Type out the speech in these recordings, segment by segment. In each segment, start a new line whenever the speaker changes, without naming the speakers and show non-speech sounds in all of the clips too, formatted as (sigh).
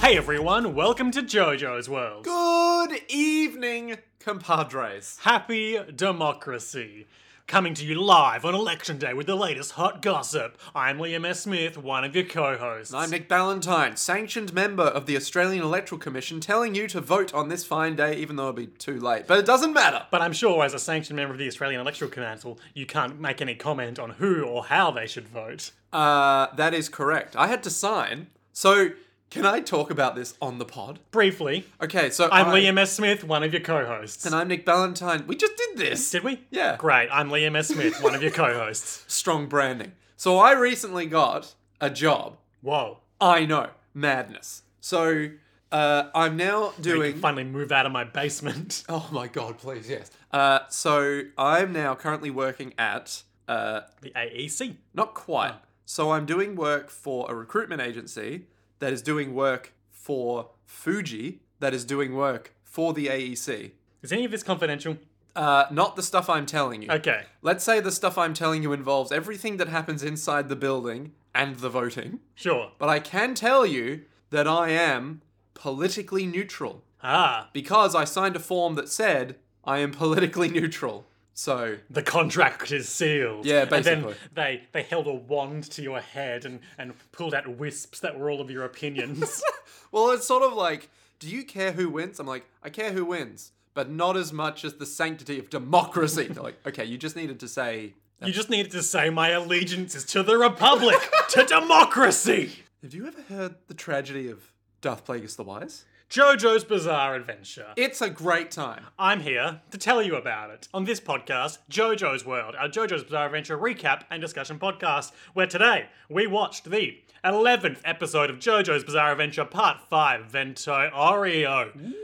Hey everyone, welcome to JoJo's World.
Good evening, compadres.
Happy democracy. Coming to you live on election day with the latest hot gossip. I'm Liam S. Smith, one of your co-hosts.
I'm Nick Ballantyne, sanctioned member of the Australian Electoral Commission, telling you to vote on this fine day, even though it'll be too late. But it doesn't matter.
but I'm sure, as a sanctioned member of the Australian Electoral Council, you can't make any comment on who or how they should vote.
Uh, that is correct. I had to sign. So, can I talk about this on the pod?
Briefly,
Okay, so
I'm
I-
Liam S. Smith, one of your co-hosts.
And I'm Nick Ballantyne. We just did this.
Did we?
Yeah.
Great. I'm Liam S. Smith, one of your
(laughs)
co-hosts.
Strong branding. So, I recently got a job.
Whoa.
I know. Madness. So, uh, I'm now
I
doing.
can finally move out of my basement. (laughs)
Oh my god, please, yes. Uh, so I'm now currently working at, uh,
The E AEC.
not quite. So I'm doing work for a recruitment agency that is doing work for Fuji, that is doing work for the AEC.
Is any of this confidential?
Uh, not the stuff I'm telling you.
Okay.
Let's say the stuff I'm telling you involves everything that happens inside the building and the voting.
Sure.
But I can tell you that I am politically neutral
Ah.
because I signed a form that said I am politically (laughs) neutral. So
the contract is sealed.
Yeah,
And then
basically.
they they held a wand to your head and and pulled out wisps that were all of your
(laughs)
opinions.
Well, it's sort of like, do you care who wins? I'm like, I care who wins, but not as much as the sanctity of democracy. They're like, okay, you just needed to say.
you just needed to say my allegiance is to the republic,
(laughs)
to democracy.
Have you ever heard the tragedy of Darth Plagueis the Wise?
JoJo's Bizarre Adventure.
It's a great time.
I'm here to tell you about it on this podcast, JoJo's World, our JoJo's Bizarre Adventure recap and discussion podcast, where today we watched the 11th episode of JoJo's Bizarre Adventure Part 5, Vento Oreo,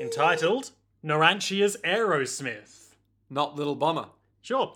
entitled Naranchia's Aerosmith.
Not Little Bomber.
Sure.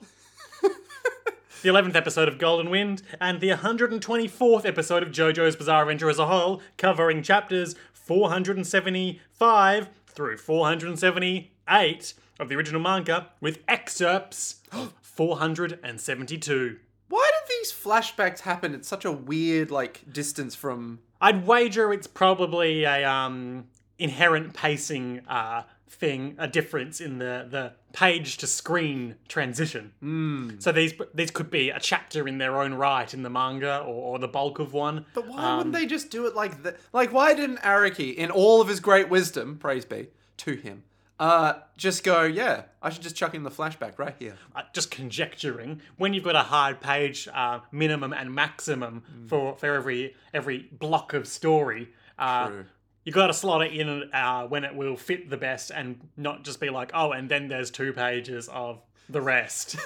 the 11th episode of Golden Wind and the 124th episode of JoJo's Bizarre Adventure as a whole, covering chapters 475 through 478 of the original manga with excerpts of 472.
Why do these flashbacks happen at such a weird, like, distance from.
I'd wager it's probably a um, inherent pacing uh, thing, a difference in the, the page to screen transition.
Hmm.
So these these could be a chapter in their own right in the manga or, or the bulk of one.
But why wouldn't they just do it like that? Like, why didn't Araki, in all of his great wisdom, praise be to him, uh, just go, yeah, I should just chuck in the flashback right here?
uh, just conjecturing when you've got a hard page uh, minimum and maximum
Hmm.
for for every every block of story. Uh,
True.
You got to slot it in uh, when it will fit the best, and not just be like, oh, and then there's two pages of the rest.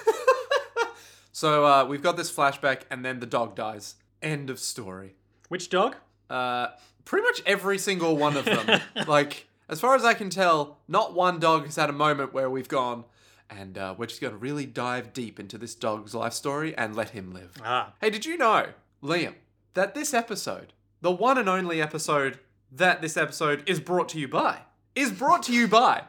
(laughs)
So uh, we've got this flashback, and then the dog dies. End of story.
Which dog?
Uh, pretty much every single one of them. like, as far as I can tell, not one dog has had a moment where we've gone, and uh, we're just going to really dive deep into this dog's life story and let him live.
Ah,
Hey, did you know, Liam, that this episode, the one and only episode that this episode is brought to you by, is brought to you by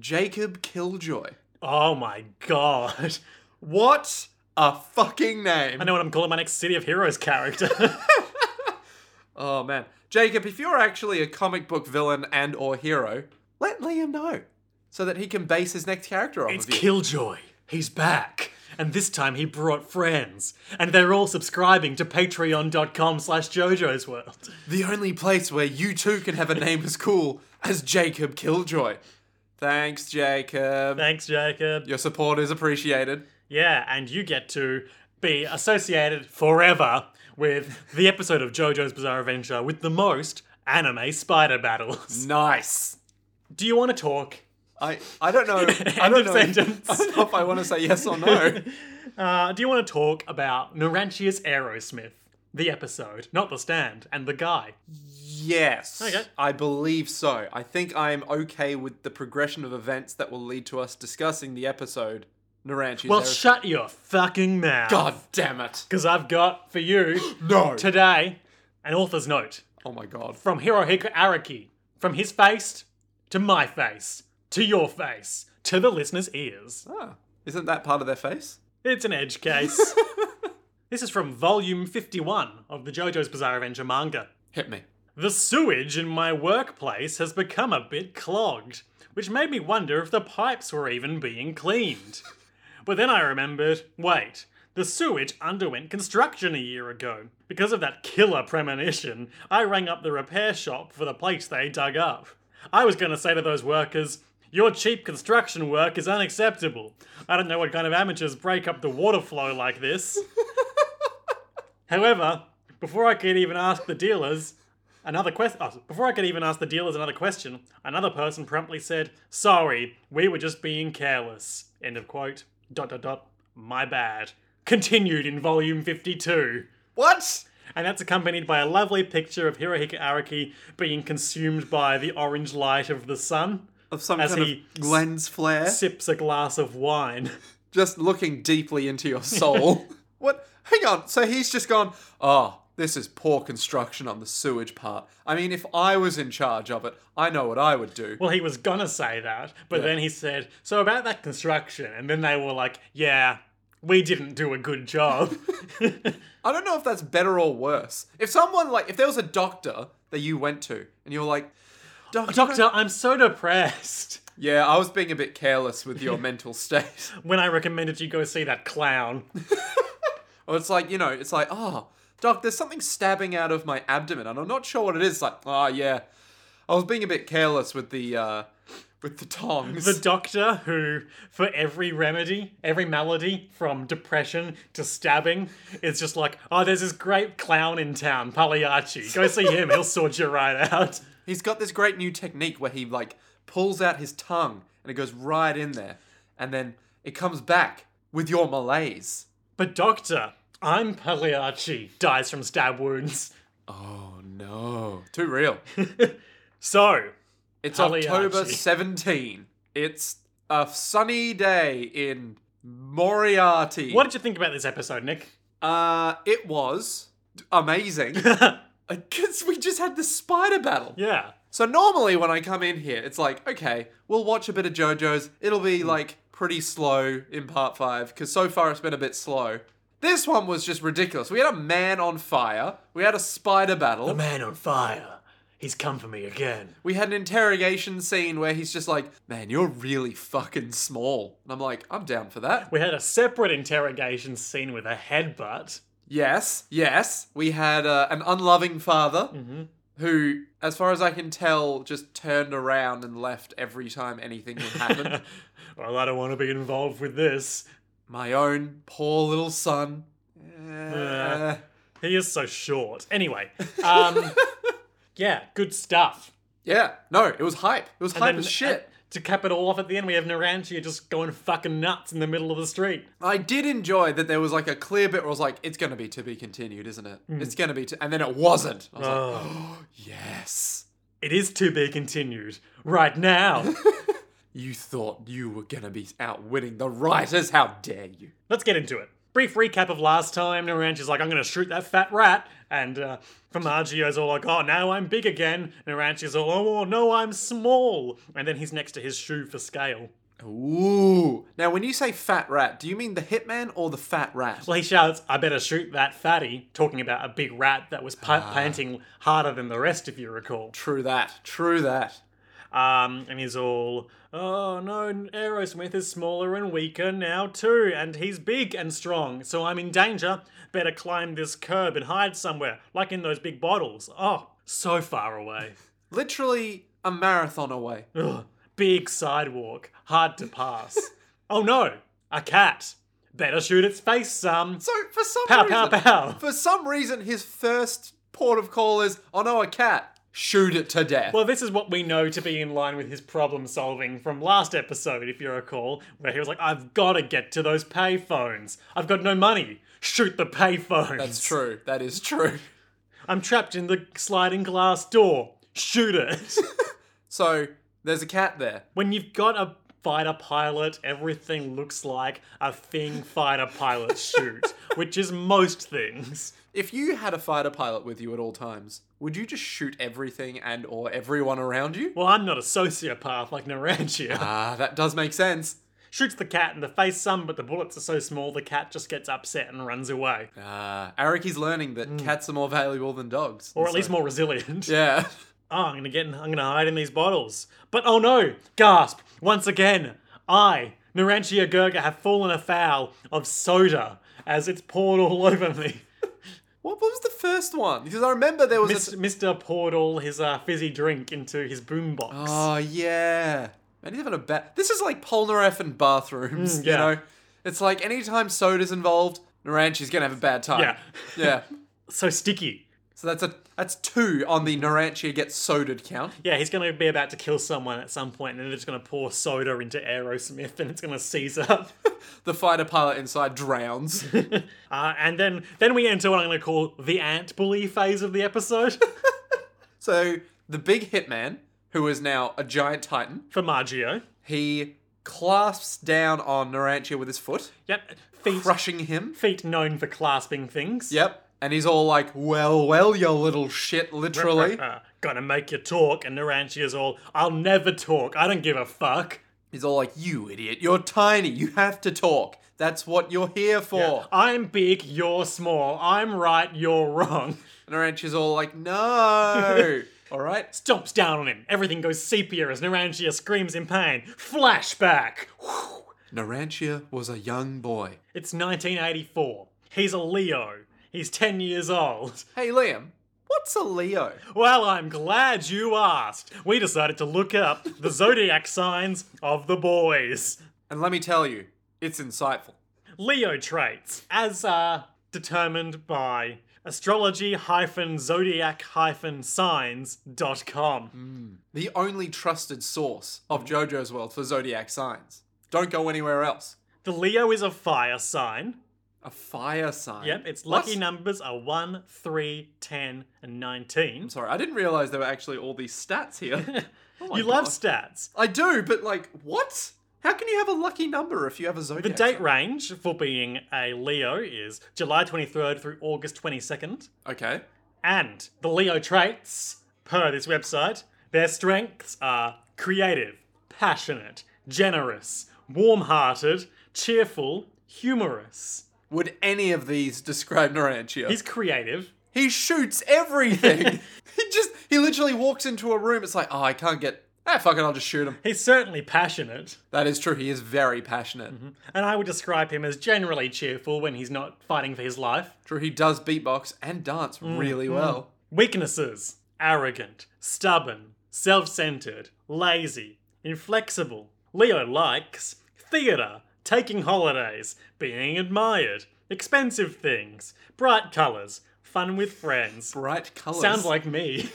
Jacob Killjoy?
oh my god! (laughs)
What a fucking name!
I know what I'm calling my next City of Heroes character. (laughs)
Oh man, Jacob, if you're actually a comic book villain and or hero, let Liam know so that he can base his next character off
It's
of you.
Killjoy. He's back. And this time he brought friends. And they're all subscribing to patreon.com slash Jojo's World. (laughs)
the only place where you too can have a name as cool as Jacob Killjoy. Thanks, Jacob.
Thanks, Jacob.
Your support is appreciated.
Yeah, and you get to be associated forever with the episode of JoJo's Bizarre Adventure with the most anime spider battles. (laughs)
Nice.
Do you want to talk?
I, I don't know.
(laughs)
I
End
don't
of
know.
sentence.
(laughs) I don't know if I want to say yes
(laughs)
or no.
Uh, do you want to talk about Narantia's Aerosmith? The episode, not the stand, and the guy.
yes.
Okay.
I believe so. I think I am okay with the progression of events that will lead to us discussing the episode. Naranchi.
Well, shut your fucking mouth.
God damn it.
Because I've got for you
No.
today an author's note
oh my god.
from Hirohiko Araki. From his face to my face to your face to the listener's ears.
Ah, isn't that part of their face?
It's an edge case. this is from volume 51 of the JoJo's Bizarre Adventure manga.
Hit me.
The sewage in my workplace has become a bit clogged, which made me wonder if the pipes were even being cleaned. But then I remembered wait, the sewage underwent construction a year ago. Because of that killer premonition, I rang up the repair shop for the place they dug up. I was going to say to those workers, your cheap construction work is unacceptable. I don't know what kind of amateurs break up the water flow like this. However, before I could even ask the dealers another question, before I could even ask the dealers another question, another person promptly said, "Sorry, we were just being careless." End of quote. Dot dot dot. My bad. Continued in volume fifty-two,
What?
and that's accompanied by a lovely picture of Hirohiko Araki being consumed by the orange light of the sun.
Of some
As
kind
he
of lens flare?
Sips a glass of wine. (laughs)
just looking deeply into (laughs) your soul. what? Hang on. So he's just gone, oh, this is poor construction on the sewage part. I mean, if I was in charge of it, I know what I would do.
Well, he was gonna say that, but
Yeah.
then he said, "So about that construction," and then they were like, "Yeah, we didn't do a good job."
I don't know if that's better or worse. If someone, like, if there was a doctor that you went to and you were like, Doctor,
Doctor, I'm so depressed.
yeah, I was being a bit careless with your (laughs) mental state.
When I recommended you go see that clown,
Or it's like, you know, it's like, oh, doc, there's something stabbing out of my abdomen, and I'm not sure what it is. Like, oh yeah, I was being a bit careless with the uh, with the tongs.
the doctor who, for every remedy, every malady, from depression to stabbing, is just like, "Oh, there's this great clown in town, Pagliacci. Go see him; he'll sort you right out."
He's got this great new technique where he like pulls out his tongue and it goes right in there, and then it comes back with your malaise.
But doctor, I'm Pagliacci. Dies from stab wounds.
Oh no, too real.
So.
It's
Pagliacci.
October 17. It's a sunny day in Moriarty.
What did you think about this episode, Nick?
Uh, it was amazing. Because we just had the spider battle.
yeah.
So normally when I come in here, it's like, okay, we'll watch a bit of JoJo's. It'll be like pretty slow in part five, because so far it's been a bit slow. This one was just ridiculous. We had a man on fire. We had a spider battle.
man on fire. He's come for me again.
we had an interrogation scene where he's just like, man, you're really fucking small. And I'm like, I'm down for that.
We had a separate interrogation scene with a headbutt.
Yes, yes. We had uh, an unloving father.
Mm-hmm.
who, as far as I can tell, just turned around and left every time anything would happen.
(laughs) well, I don't want to be involved with this.
My own poor little son.
Yeah. He is so short.
(laughs)
Anyway, um, yeah, good stuff.
yeah, no, it was hype. It was hype
And
as shit.
uh, to cap it all off at the end, we have Narantia just going fucking nuts in the middle of the street.
I did enjoy that there was like a clear bit where I was like, it's going to be to be continued, isn't it?
Mm.
It's going to be to. And then it wasn't. I was like, oh, yes.
It is to be continued right
(laughs)
now.
You thought you were going to be outwitting the writers. How dare you?
Let's get into it. Brief recap of last time. Narantia's like, I'm going to shoot that fat rat. And uh, Formaggio's all like, oh, now I'm big again. Narantia's all, oh, no, I'm small. And then he's next to his shoe for scale.
Ooh. Now, when you say fat rat, do you mean the hitman or the fat rat?
Well, he shouts, I better shoot that fatty, talking about a big rat that was pa- panting harder than the rest, if you recall.
True that. True that.
Um, and he's all, oh, no, Aerosmith is smaller and weaker now, too. And he's big and strong, so I'm in danger. Better climb this curb and hide somewhere, like in those big bottles. Oh, so far away.
literally a marathon away.
Ugh, big sidewalk, hard to pass. oh no, a cat. Better shoot its face some.
So for some
Pow, pow,
reason,
pow.
for some reason, his first port of call is, "Oh no, a cat! Shoot it to death."
Well, this is what we know to be in line with his problem solving from last episode, if you recall, where he was like, I've got to get to those payphones. I've got no money. Shoot the payphones.
That's true. That is true.
I'm trapped in the sliding glass door. Shoot
(laughs)
it.
So there's a cat there.
when you've got a fighter pilot, everything looks like a thing fighter pilots
(laughs)
shoot, which is most things.
If you had a fighter pilot with you at all times, would you just shoot everything and or everyone around you?
Well, I'm not a sociopath like Narantia.
Ah, that does make sense.
shoots the cat in the face some, but the bullets are so small the cat just gets upset and runs away.
Uh, Araki's learning that cats are more valuable than dogs.
Mm. Or
And
at least
so-
more resilient.
Yeah.
Oh, I'm gonna get in, I'm gonna hide in these bottles. But oh no! Gasp! Once again, I, Narantia Gurga, have fallen afoul of soda as it's poured all (laughs) over me.
(laughs) What, what was the first one? Because I remember there was a.
Mis- Mr. poured all his uh, fizzy drink into his boombox.
Oh yeah. And he's having a bet. This is like Polnareff and bathrooms.
yeah.
You know, it's like anytime soda's involved, Naranchi's gonna have a bad time.
Yeah.
(laughs) Yeah.
So sticky.
So that's a that's two on the Naranchia gets sodaed count.
Yeah, he's gonna be about to kill someone at some point, and then they're just gonna pour soda into Aerosmith, and it's gonna seize up. (laughs)
The fighter pilot inside (laughs) drowns.
Uh, and then, then we enter what I'm gonna call the ant bully phase of the episode (laughs)
so the big hitman, who is now a giant titan,
for Margio.
he clasps down on Naranchia with his foot,
Yep, feet
crushing him.
feet known for clasping things.
Yep. And he's all like, "Well, well, you little shit,"
(laughs)
literally.
Uh, gonna make you talk, and Narantia's all, I'll never talk, I don't give a fuck.
He's all like, "You idiot! You're tiny. You have to talk. That's what you're here for."
I'm big, you're small, I'm right, you're wrong. (laughs)
And Naranch is all like, "No." all right.
Stomps down on him, everything goes sepia as Narantia screams in pain. Flashback! (laughs) Whew.
Narantia was a young boy.
It's 1984. He's a Leo. He's 10 years old. (laughs)
Hey, Liam. What's a Leo?
Well, I'm glad you asked. We decided to look up the zodiac signs of the boys.
And let me tell you, it's insightful.
Leo traits, as uh, determined by astrology-zodiac-signs.com.
The only trusted source of
Mm-hmm.
JoJo's World for zodiac signs. Don't go anywhere else.
The Leo is a fire sign.
A fire sign.
Yep, its
What?
lucky numbers are 1, 3, 10, and 19.
Sorry, I didn't realize there were actually all these
(laughs)
stats here. Oh my
you love
God.
stats.
I do, but like, what? How can you have a lucky number if you have a zodiac?
The date range for being a Leo is July 23rd through August 22nd.
Okay.
And the Leo traits, per this website, their strengths are creative, passionate, generous, warm hearted, cheerful, humorous.
Would any of these describe Narantia?
He's creative.
he shoots everything. (laughs) he just he literally walks into a room. It's like, oh, I can't get. Ah, fuck it, I'll just shoot him.
He's certainly passionate.
That is true. He is very passionate.
And I would describe him as generally cheerful when he's not fighting for his life.
True, he does beatbox and dance
Mm,
really well.
Weaknesses arrogant, stubborn, self centered, lazy, inflexible. Leo likes theatre, taking holidays, being admired, expensive things, bright colours, fun with friends.
Bright colors.
Sounds like me.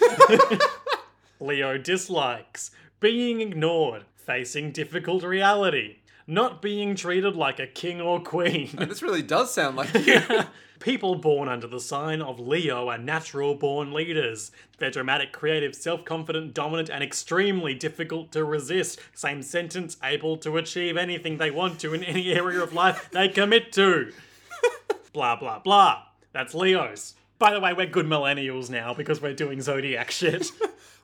(laughs) Leo dislikes being ignored, facing difficult reality, not being treated like a king or queen.
(laughs) This really does sound like.
(laughs) People born under the sign of Leo are natural born leaders. They're dramatic, creative, self confident, dominant, and extremely difficult to resist. Same sentence, able to achieve anything they want to in any area of life they commit to. blah, blah, blah. That's Leo's. By the way, we're good millennials now because we're doing zodiac shit.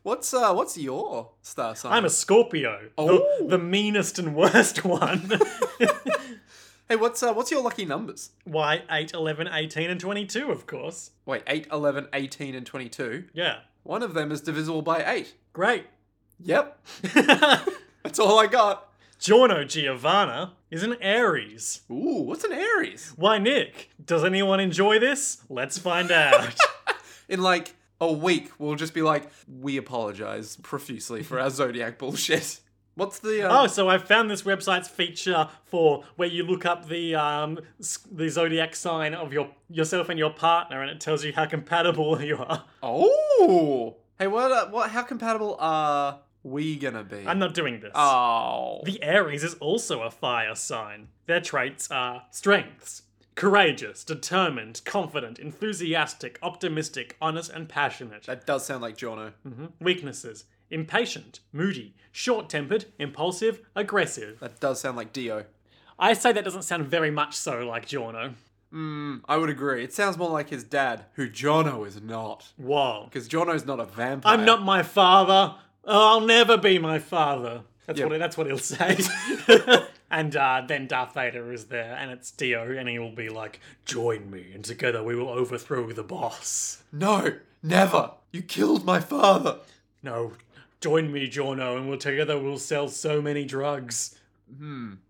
what's uh? What's your star sign?
I'm a Scorpio,
Oh.
the, the meanest and worst one. (laughs)
Hey, what's uh? What's your lucky numbers?
Why 8, 11, 18, and 22, of course.
Wait, 8, 11, 18, and 22.
Yeah.
One of them is divisible by 8.
Great. (laughs)
Yep. That's all I got.
Giorno Giovanna is an Aries.
Ooh, what's an Aries?
Why, Nick? Does anyone enjoy this? Let's find out.
in like a week we'll just be like we apologize profusely
(laughs)
for our zodiac bullshit what's the uh,
oh, so I found this website's feature for where you look up the um, s- the zodiac sign of your yourself and your partner, and it tells you how compatible (laughs) you are.
oh hey what uh, what how compatible are we gonna be
I'm not doing this.
oh
The Aries is also a fire sign. Their traits are strengths courageous, determined, confident, enthusiastic, optimistic, honest, and passionate.
that does sound like Jono.
Hmm. Weaknesses impatient, moody, short tempered, impulsive, aggressive.
That does sound like Dio.
I say that doesn't sound very much so like Giorno.
Mm, I would agree. It sounds more like his dad, who Jono is not.
Whoa.
Because Jono's not a vampire.
I'm not my father. Oh, I'll never be my father. That's, what, that's what he'll say. And uh, then Darth Vader is there, and it's Dio, and he will be like, "Join me, and together we will overthrow the boss."
No, never. You killed my father.
No, join me, Jorno, and we'll together we'll sell so many drugs.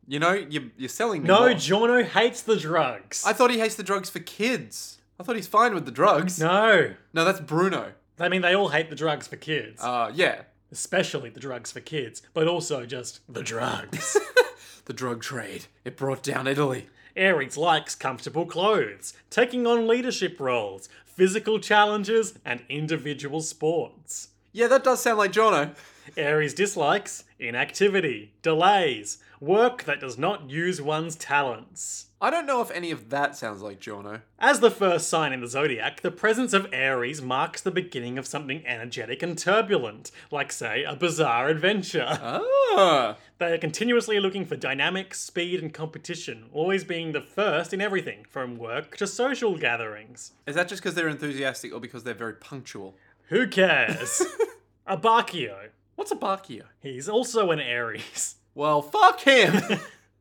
You know, you, you're selling me.
No,
more.
Jorno hates the drugs.
I thought he hates the drugs for kids. I thought he's fine with the drugs.
no,
No, that's Bruno.
I mean they all hate the drugs for kids,
Uh, yeah,
especially the drugs for kids, but also just the drugs. (laughs)
the drug trade. It brought down Italy.
Ares likes comfortable clothes, taking on leadership roles, physical challenges, and individual sports.
Yeah, that does sound like Jono.
Aries dislikes inactivity, delays, work that does not use one's talents.
I don't know if any of that sounds like Jono.
As the first sign in the zodiac, the presence of Aries marks the beginning of something energetic and turbulent, like, say, a bizarre adventure. (laughs)
Ah,
They are continuously looking for dynamic, speed, and competition, always being the first in everything, from work to social gatherings.
is that just because they're enthusiastic or because they're very punctual?
Who cares? Abakio.
What's a Bakio?
He's also an Aries. (laughs)
Well, fuck him.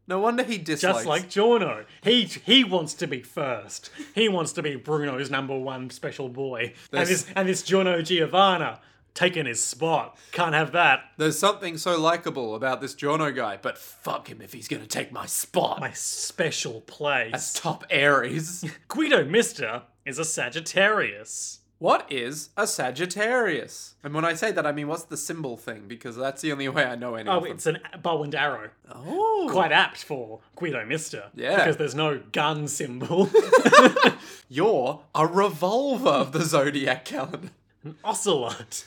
no wonder he dislikes.
Just like Jorno. He he wants to be first. He wants to be Bruno's number one special boy. And
There's-
this and this Jorno Giovanna taking his spot. Can't have that.
There's something so likable about this Jono guy, but fuck him if he's gonna take my spot.
My special place.
top Aries.
Guido Mister is a Sagittarius.
what is a Sagittarius? And when I say that, I mean what's the symbol thing? Because that's the only way I know any
Oh,
of them.
it's an bow and arrow.
Oh,
Quite apt for Guido Mister.
Yeah.
Because there's no gun symbol. (laughs)
you're a revolver of the zodiac calendar.
Ocelot.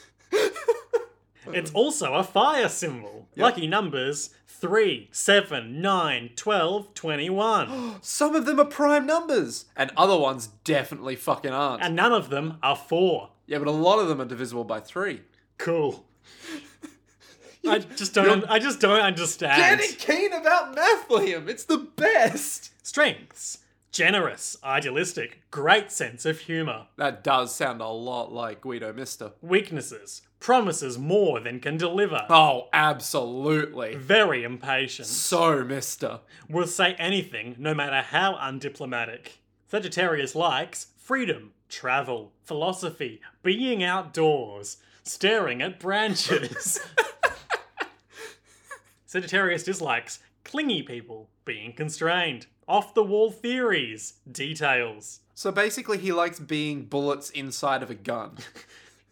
it's also a fire symbol. Lucky numbers 3, 7, 9, 12,
(gasps)
21.
Some of them are prime numbers, and other ones definitely fucking aren't.
and none of them are 4.
yeah, but a lot of them are divisible by three. (laughs)
Cool. I just don't I just don't understand.
Danny Keen about math, Liam. It's the best.
Strengths. Generous, idealistic, great sense of humor.
That does sound a lot like Guido Mister.
Weaknesses. Promises more than can deliver.
Oh, absolutely.
Very impatient.
So Mister.
will say anything, no matter how undiplomatic. Sagittarius likes freedom, travel, philosophy, being outdoors, staring at branches. Sagittarius dislikes clingy people, being constrained, off the wall theories, details.
So basically, he likes being bullets inside of a gun.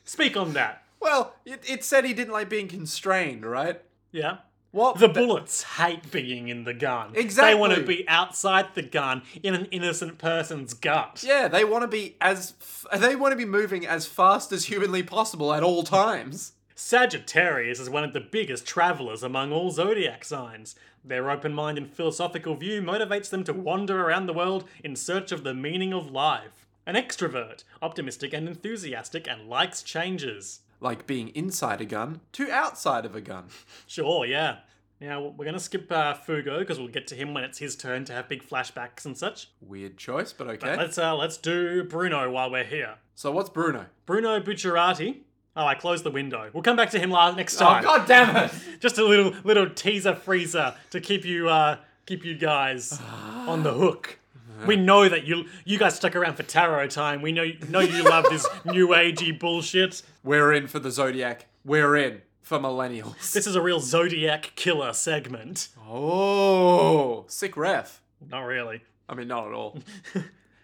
Speak on that.
well, it, it said he didn't like being constrained, right?
Yeah?
What
The bullets hate being in the gun. They want to
Exactly.
be outside the gun in an innocent person's gut.
Yeah, they want to be as f- they want to be moving as fast as humanly possible at all times.
Sagittarius is one of the biggest travelers among all zodiac signs. Their open mind and philosophical view motivates them to wander around the world in search of the meaning of life. An extrovert, optimistic and enthusiastic, and likes changes.
Like being inside a gun to outside of a gun.
Sure, yeah. Now, we're going to skip uh, Fugo because we'll get to him when it's his turn to have big flashbacks and such.
Weird choice, but okay.
But let's, uh, let's do Bruno while we're here.
so what's Bruno?
Bruno Bucciarati. Oh, I closed the window. We'll come back to him last next
Oh,
time.
damn it!
just a little little teaser freezer to keep you uh keep you guys on the hook. We know that you you guys stuck around for tarot time. We know know you love this new agey bullshit.
We're in for the zodiac. We're in
(laughs)
for millennials.
This is a real zodiac killer segment.
Oh, sick ref.
Not really.
I mean, not
(laughs)
at all.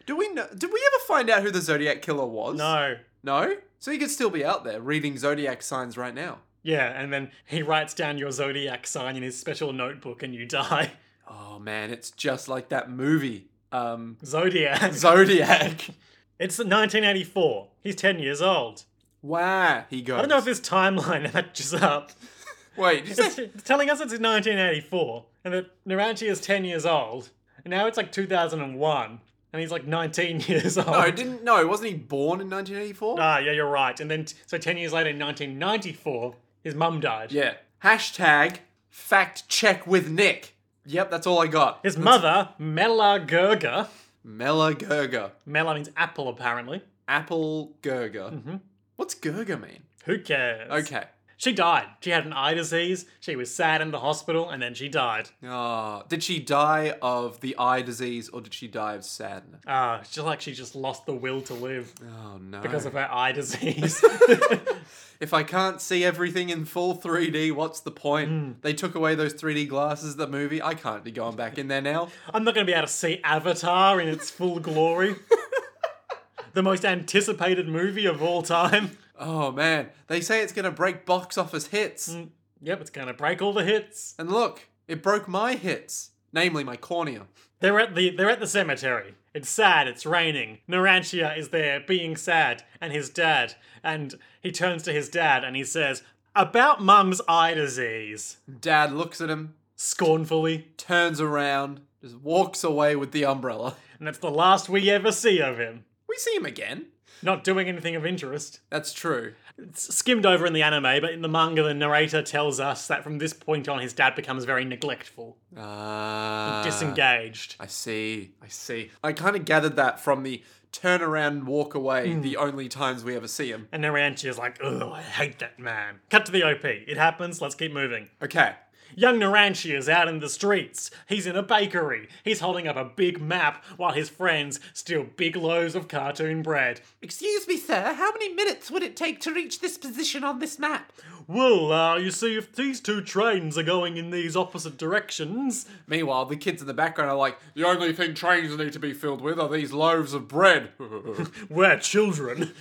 Do we know? Did we ever find out who the Zodiac killer was?
No.
No. So he could still be out there reading zodiac signs right now.
Yeah, and then he writes down your zodiac sign in his special notebook and you die. (laughs)
Oh man, it's just like that movie, um,
Zodiac.
Zodiac. (laughs)
It's 1984. He's 10 years old.
wow, he goes.
I don't know if this timeline (laughs) matches up.
Wait, did you
(laughs) It's
say-
it's telling us it's in 1984 and that Naranchi is 10 years old. And now it's like 2001 and he's like 19 (laughs) years old.
no, didn't no. Wasn't he born in 1984?
ah, yeah, you're right. And then, t- so 10 years later in 1994, his mum died.
Yeah. Hashtag fact check with Nick. Yep, that's all I got.
His mother, Mela Gerger,
Mela Gerger,
Mela means apple apparently. Mm-hmm.
Apple Gerger. What's Gerger mean?
Who cares?
Okay.
She died. She had an eye disease. She was sad in the hospital, and then she died.
Ah, did she die of the eye disease or did she die of sadness?
Ah, it's just like she just lost the will to live
Oh no.
because of her eye
(laughs)
disease.
if I can't see everything in full 3D, what's the point? They took away those 3D glasses of the movie. I can't be going back in there now.
I'm not going to be able to see Avatar in its full glory. the most anticipated movie of all time.
Oh man, they say it's going to break box office hits.
Yep, it's going to break all the hits.
And look, it broke my hits, namely my cornea.
They're at the they're at the cemetery. It's sad, it's raining. Narantia is there being sad and his dad and he turns to his dad and he says, "About mum's eye disease."
Dad looks at him,
Scornfully,
turns around, just walks away with the umbrella. (laughs)
and that's the last we ever see of him.
We see him again.
Not doing anything of interest.
That's true.
It's skimmed over in the anime, but in the manga the narrator tells us that from this point on his dad becomes very neglectful,
Ah.
disengaged.
I see. I see. I kind of gathered that from the turn around and walk away, the only times we ever see him.
And Narantia's like, "Oh, I hate that man." Cut to the OP. It happens. Let's keep moving.
Okay.
Young Naranchi is out in the streets. He's in a bakery. He's holding up a big map while his friends steal big loaves of cartoon bread.
Excuse me, sir. How many minutes would it take to reach this position on this map?
Well, uh, you see, if these two trains are going in these opposite directions.
Meanwhile, the kids in the background are like, the only thing trains need to be filled with are these loaves of bread. (laughs)
We're children.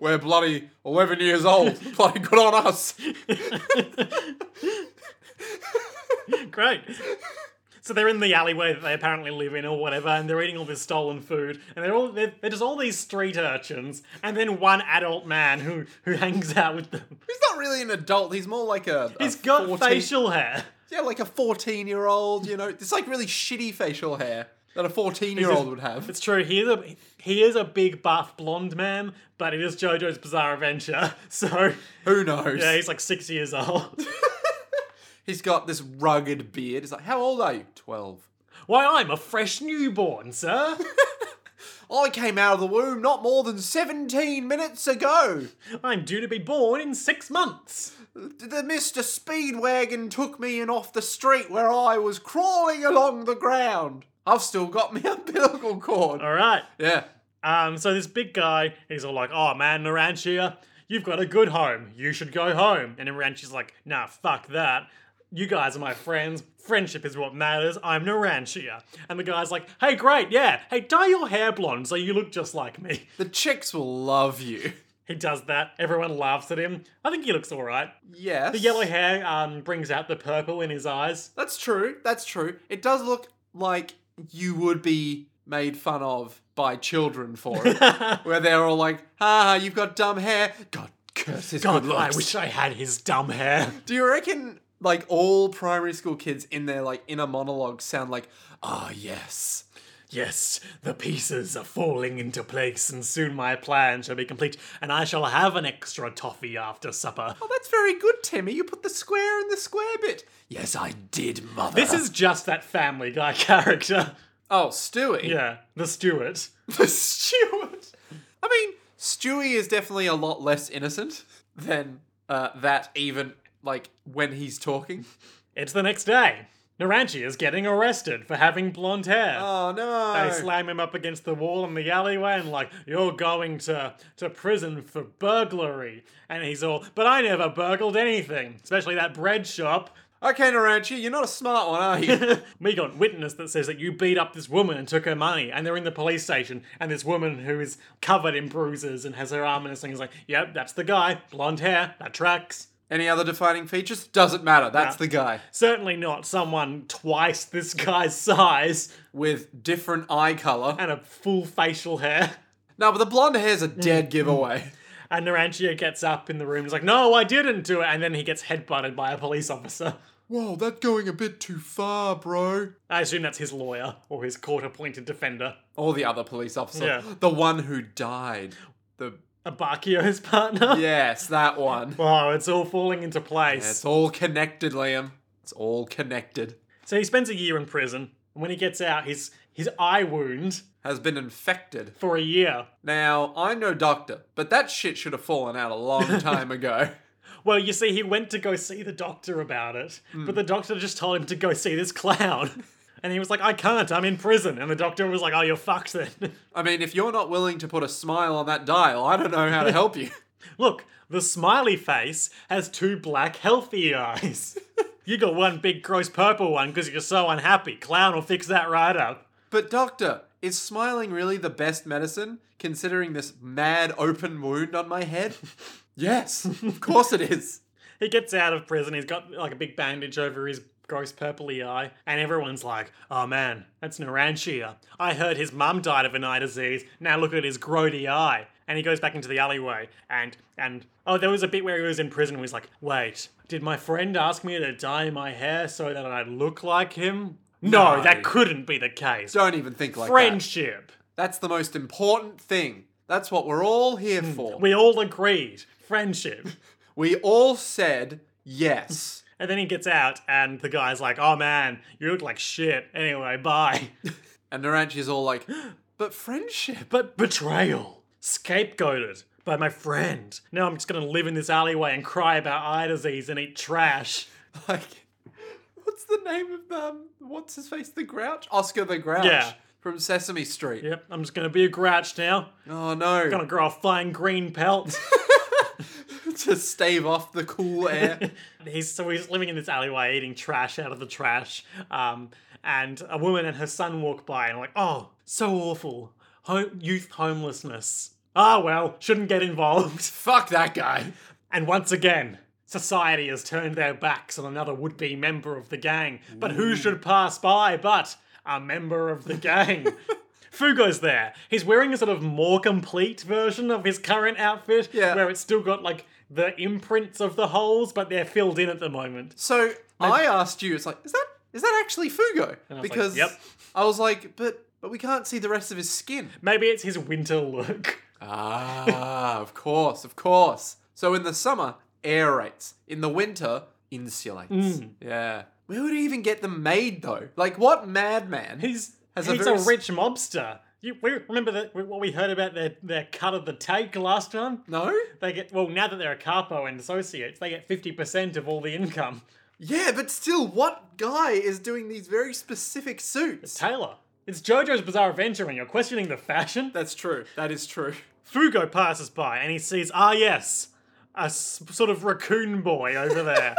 We're bloody 11 years (laughs) old. bloody good on us.
Great. So they're in the alleyway that they apparently live in, or whatever, and they're eating all this stolen food, and they're all they're, they're just all these street urchins, and then one adult man who who hangs out with them.
He's not really an adult. He's more like a.
(laughs)
a
He's got
14
facial hair.
Yeah, like a 14 year old, you know. It's like really shitty facial hair that a 14 year old would have.
It's true. He is a he is a big buff blonde man, but it is JoJo's Bizarre Adventure. (laughs) So
Who knows?
yeah, he's like six years old. (laughs)
He's got this rugged beard. It's like, how old are you? 12.
Why, I'm a fresh newborn, sir.
I came out of the womb not more than 17 minutes ago.
I'm due to be born in six months.
The Mr. Speedwagon took me in off the street where I was crawling along the ground. I've still got me (laughs) umbilical cord.
All right.
Yeah.
Um. So this big guy, he's all like, "Oh man, Narantia, you've got a good home. You should go home." And Narantia's like, "Nah, fuck that." You guys are my friends. Friendship is what matters. I'm Narantia. And the guy's like, hey, great, yeah. Hey, dye your hair blonde so you look just like me. (laughs)
The chicks will love you.
He does that. Everyone laughs at him. I think he looks all right.
Yes.
The yellow hair um, brings out the purple in his eyes.
That's true. That's true. It does look like you would be made fun of by children for
(laughs)
it, where they're all like, "Ha, ah, you've got dumb hair. God curse his
God,
good
I
looks."
wish I had his dumb hair. (laughs)
Do you reckon like all primary school kids in their like inner monologue sound like, "Ah, yes."
yes, the pieces are falling into place, and soon my plan shall be complete, and I shall have an extra toffee after supper.
Oh, that's very good, Timmy. You put the square in the square bit. Yes, I did, mother.
This is just that Family Guy (laughs) character.
oh Stewie.
Yeah, the steward.
(laughs) The Steward. I mean, Stewie is definitely a lot less innocent than uh, that, even like when
(laughs)
he's talking.
It's the next day. Naranchi is getting arrested for having blonde hair.
Oh
They
no!
slam him up against the wall in the alleyway and like, you're going to to prison for burglary. And he's all, but I never burgled anything, especially that bread shop.
okay, Naranchi, you're not a smart one, are
(laughs)
you?
We got witness that says that you beat up this woman and took her money, and they're in the police station, and this woman who is covered in bruises and has her arm in a sling is like, yep, that's the guy, blonde hair, that tracks.
Any other defining features? Doesn't matter. That's the guy
Certainly not someone twice this guy's size
with different eye color.
and a full facial hair.
No, but the blonde hair's a
Mm.
dead giveaway.
And Narantia gets up in the room and is like, No, I didn't do it. And then he gets headbutted by a police officer.
Whoa, that's going a bit too far, bro.
I assume that's his lawyer or his court appointed defender.
Or the other police officer,
Yeah.
the one who died. The
Abakio's partner.
yes, that one.
Wow, it's all falling into place.
It's all connected, Liam. It's all connected.
So he spends a year in prison. And when he gets out, his his eye wound
has been infected.
for a year.
Now, I'm no doctor, but that shit should have fallen out a long time ago.
Well, you see, he went to go see the doctor about it, but the doctor just told him to go see this clown. (laughs) And he was like, I can't, I'm in prison. And the doctor was like, Oh, you're fucked then. (laughs)
I mean, if you're not willing to put a smile on that dial, I don't know how to help you.
Look, the smiley face has two black, healthy eyes. (laughs) you got one big, gross purple one because you're so unhappy. Clown will fix that right up.
But, doctor, is smiling really the best medicine, considering this mad open wound on my head? yes, of course it is.
He gets out of prison, he's got like a big bandage over his gross purpley eye, and everyone's like, oh man, that's Narantia. I heard his mum died of an eye disease, now look at his grody eye. And he goes back into the alleyway, and, and, oh, there was a bit where he was in prison where he's like, wait, did my friend ask me to dye my hair so that I look like him? No,
No.
that couldn't be the case.
Don't even think like that.
Friendship.
That's the most important thing. That's what we're all here for.
Hmm. We all agreed.
(laughs)
Friendship.
We all said yes. (laughs)
And then he gets out, and the guy's like, oh man, you look like shit. Anyway, bye.
And Naranchi's all like, (gasps) but friendship. (laughs)
But betrayal. Scapegoated by my friend. Now I'm just gonna live in this alleyway and cry about eye disease and eat trash.
Like, what's the name of um, what's his face? The Grouch? Oscar the Grouch
Yeah.
from Sesame Street.
Yep, I'm just gonna be a grouch now.
Oh no.
Gonna grow a fine green pelt.
(laughs) to stave off the cool air.
(laughs) he's so he's living in this alleyway eating trash out of the trash um, and a woman and her son walk by and like oh so awful Ho- youth homelessness ah well shouldn't get involved
Fuck that guy.
and once again society has turned their backs on another would-be member of the gang but who should pass by but a member of the
(laughs)
gang Fugo's there. He's wearing a sort of more complete version of his current outfit,
Yeah.
where it's still got like the imprints of the holes, but they're filled in at the moment.
So I asked you, it's like, is that is that actually
I
Fugo?
was like,
because
"Yep."
I was like, but but we can't see the rest of his skin.
Maybe it's his winter look. (laughs)
Ah, of course, of course. So in the summer, aerates. In the winter, insulates. Yeah. Where would he even get them made though? Like what madman?
He's
Has a
he's a,
very s-
rich mobster. You we, remember that what we heard about their their cut of the take last time?
no?
They get well now that they're a capo and associates, they get fifty percent of all the income.
Yeah, but still, what guy is doing these very specific suits?
Taylor, it's JoJo's Bizarre Adventure, and you're questioning the fashion.
That's true. That is true.
Fugo passes by and he sees ah yes, a s- sort of raccoon boy over there,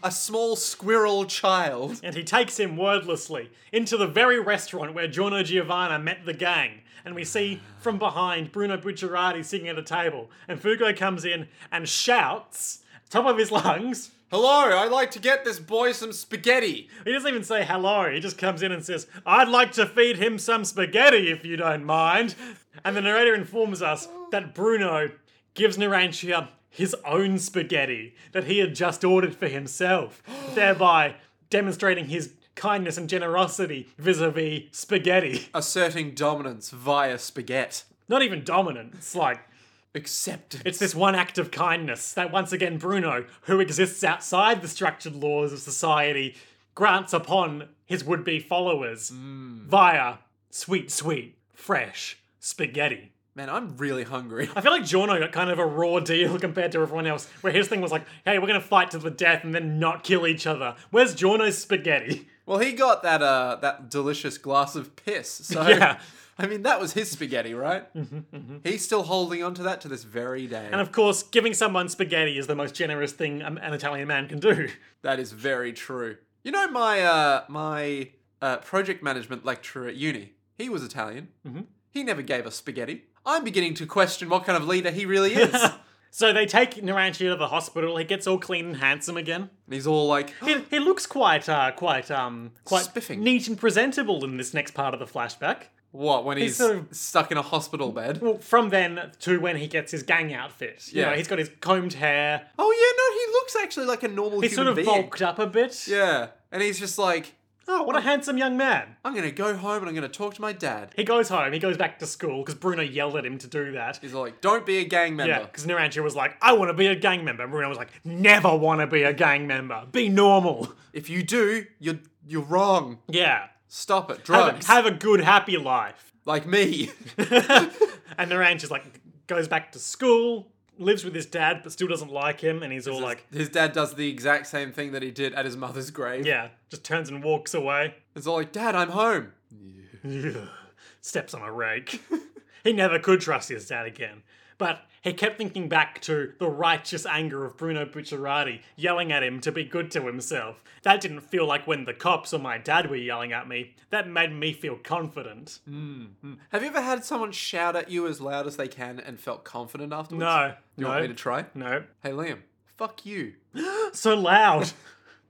A small squirrel child.
and he takes him wordlessly into the very restaurant where Giorno Giovanna met the gang. And we see from behind Bruno Bucciarati sitting at a table, and Fugo comes in and shouts top of his lungs.
Hello, I'd like to get this boy some spaghetti.
He doesn't even say hello. He just comes in and says, "I'd like to feed him some spaghetti if you don't mind." And the narrator informs us that Bruno gives Narantia his own spaghetti that he had just ordered for himself, thereby demonstrating his kindness and generosity vis-a-vis spaghetti. (laughs)
Asserting dominance via spaghetti.
Not even dominant. It's like
Acceptance.
It's this one act of kindness that once again Bruno, who exists outside the structured laws of society, grants upon his would be followers via sweet, sweet, fresh spaghetti.
Man, I'm really hungry.
I feel like Giorno got kind of a raw deal (laughs) compared to everyone else, where his thing was like, hey, we're gonna fight to the death and then not kill each other. Where's Giorno's spaghetti? (laughs)
Well, he got that uh that delicious glass of piss. (laughs) So
Yeah. Mm-hmm,
I mean, that was his spaghetti,
(laughs)
right? He's still holding on to that to this very day.
And of course, giving someone spaghetti is the most generous thing an an Italian man can do. (laughs)
That is very true. You know my uh my uh project management lecturer at uni. He was Italian. Mm-hmm. He never gave us spaghetti. I'm beginning to question what kind of leader he
(laughs)
really is. and
So they take Narantia to the hospital, he gets all clean and handsome again.
he's all like,
he, he looks quite uh quite um quite
Spiffing.
neat and presentable in this next part of the flashback.
"What?" When he's,
sort of-
stuck in a hospital
(laughs)
bed.
Well, from then to when he gets his gang outfit. You
Yeah.
know, he's got his combed hair.
Oh yeah, no, he looks actually like a normal
He's
human
sort of
being.
bulked up a bit.
Yeah, and he's just like,
Oh, what a handsome young man.
"I'm gonna go home and I'm gonna talk to my dad."
He goes home, he goes back to school because Bruno yelled at him to do that.
He's like, "Don't be a gang member."
Yeah, because Narantia was like, I want to be a gang member. Bruno was like, never want to be a gang member. Be normal. (laughs)
If you do, you're You're wrong.
Yeah.
Stop it.
Have
Drugs.
a, have a good, happy life.
like me.
and Naranj is like, goes back to school, lives with his dad, but still doesn't like him. And he's all (laughs) like,
his dad does the exact same thing that he did at his mother's grave.
yeah, just turns and walks away. (laughs)
It's all like, Dad, I'm home.
Steps on a rake. (laughs) he never could trust his dad again. But he kept thinking back to the righteous anger of Bruno Bucciarati yelling at him to be good to himself. That didn't feel like when the cops or my dad were yelling at me. That made me feel confident.
Mm. Have you ever had someone shout at you as loud as they can and felt confident afterwards?
No,
You
no,
want me to try?
no.
Hey, Liam, fuck you.
So loud.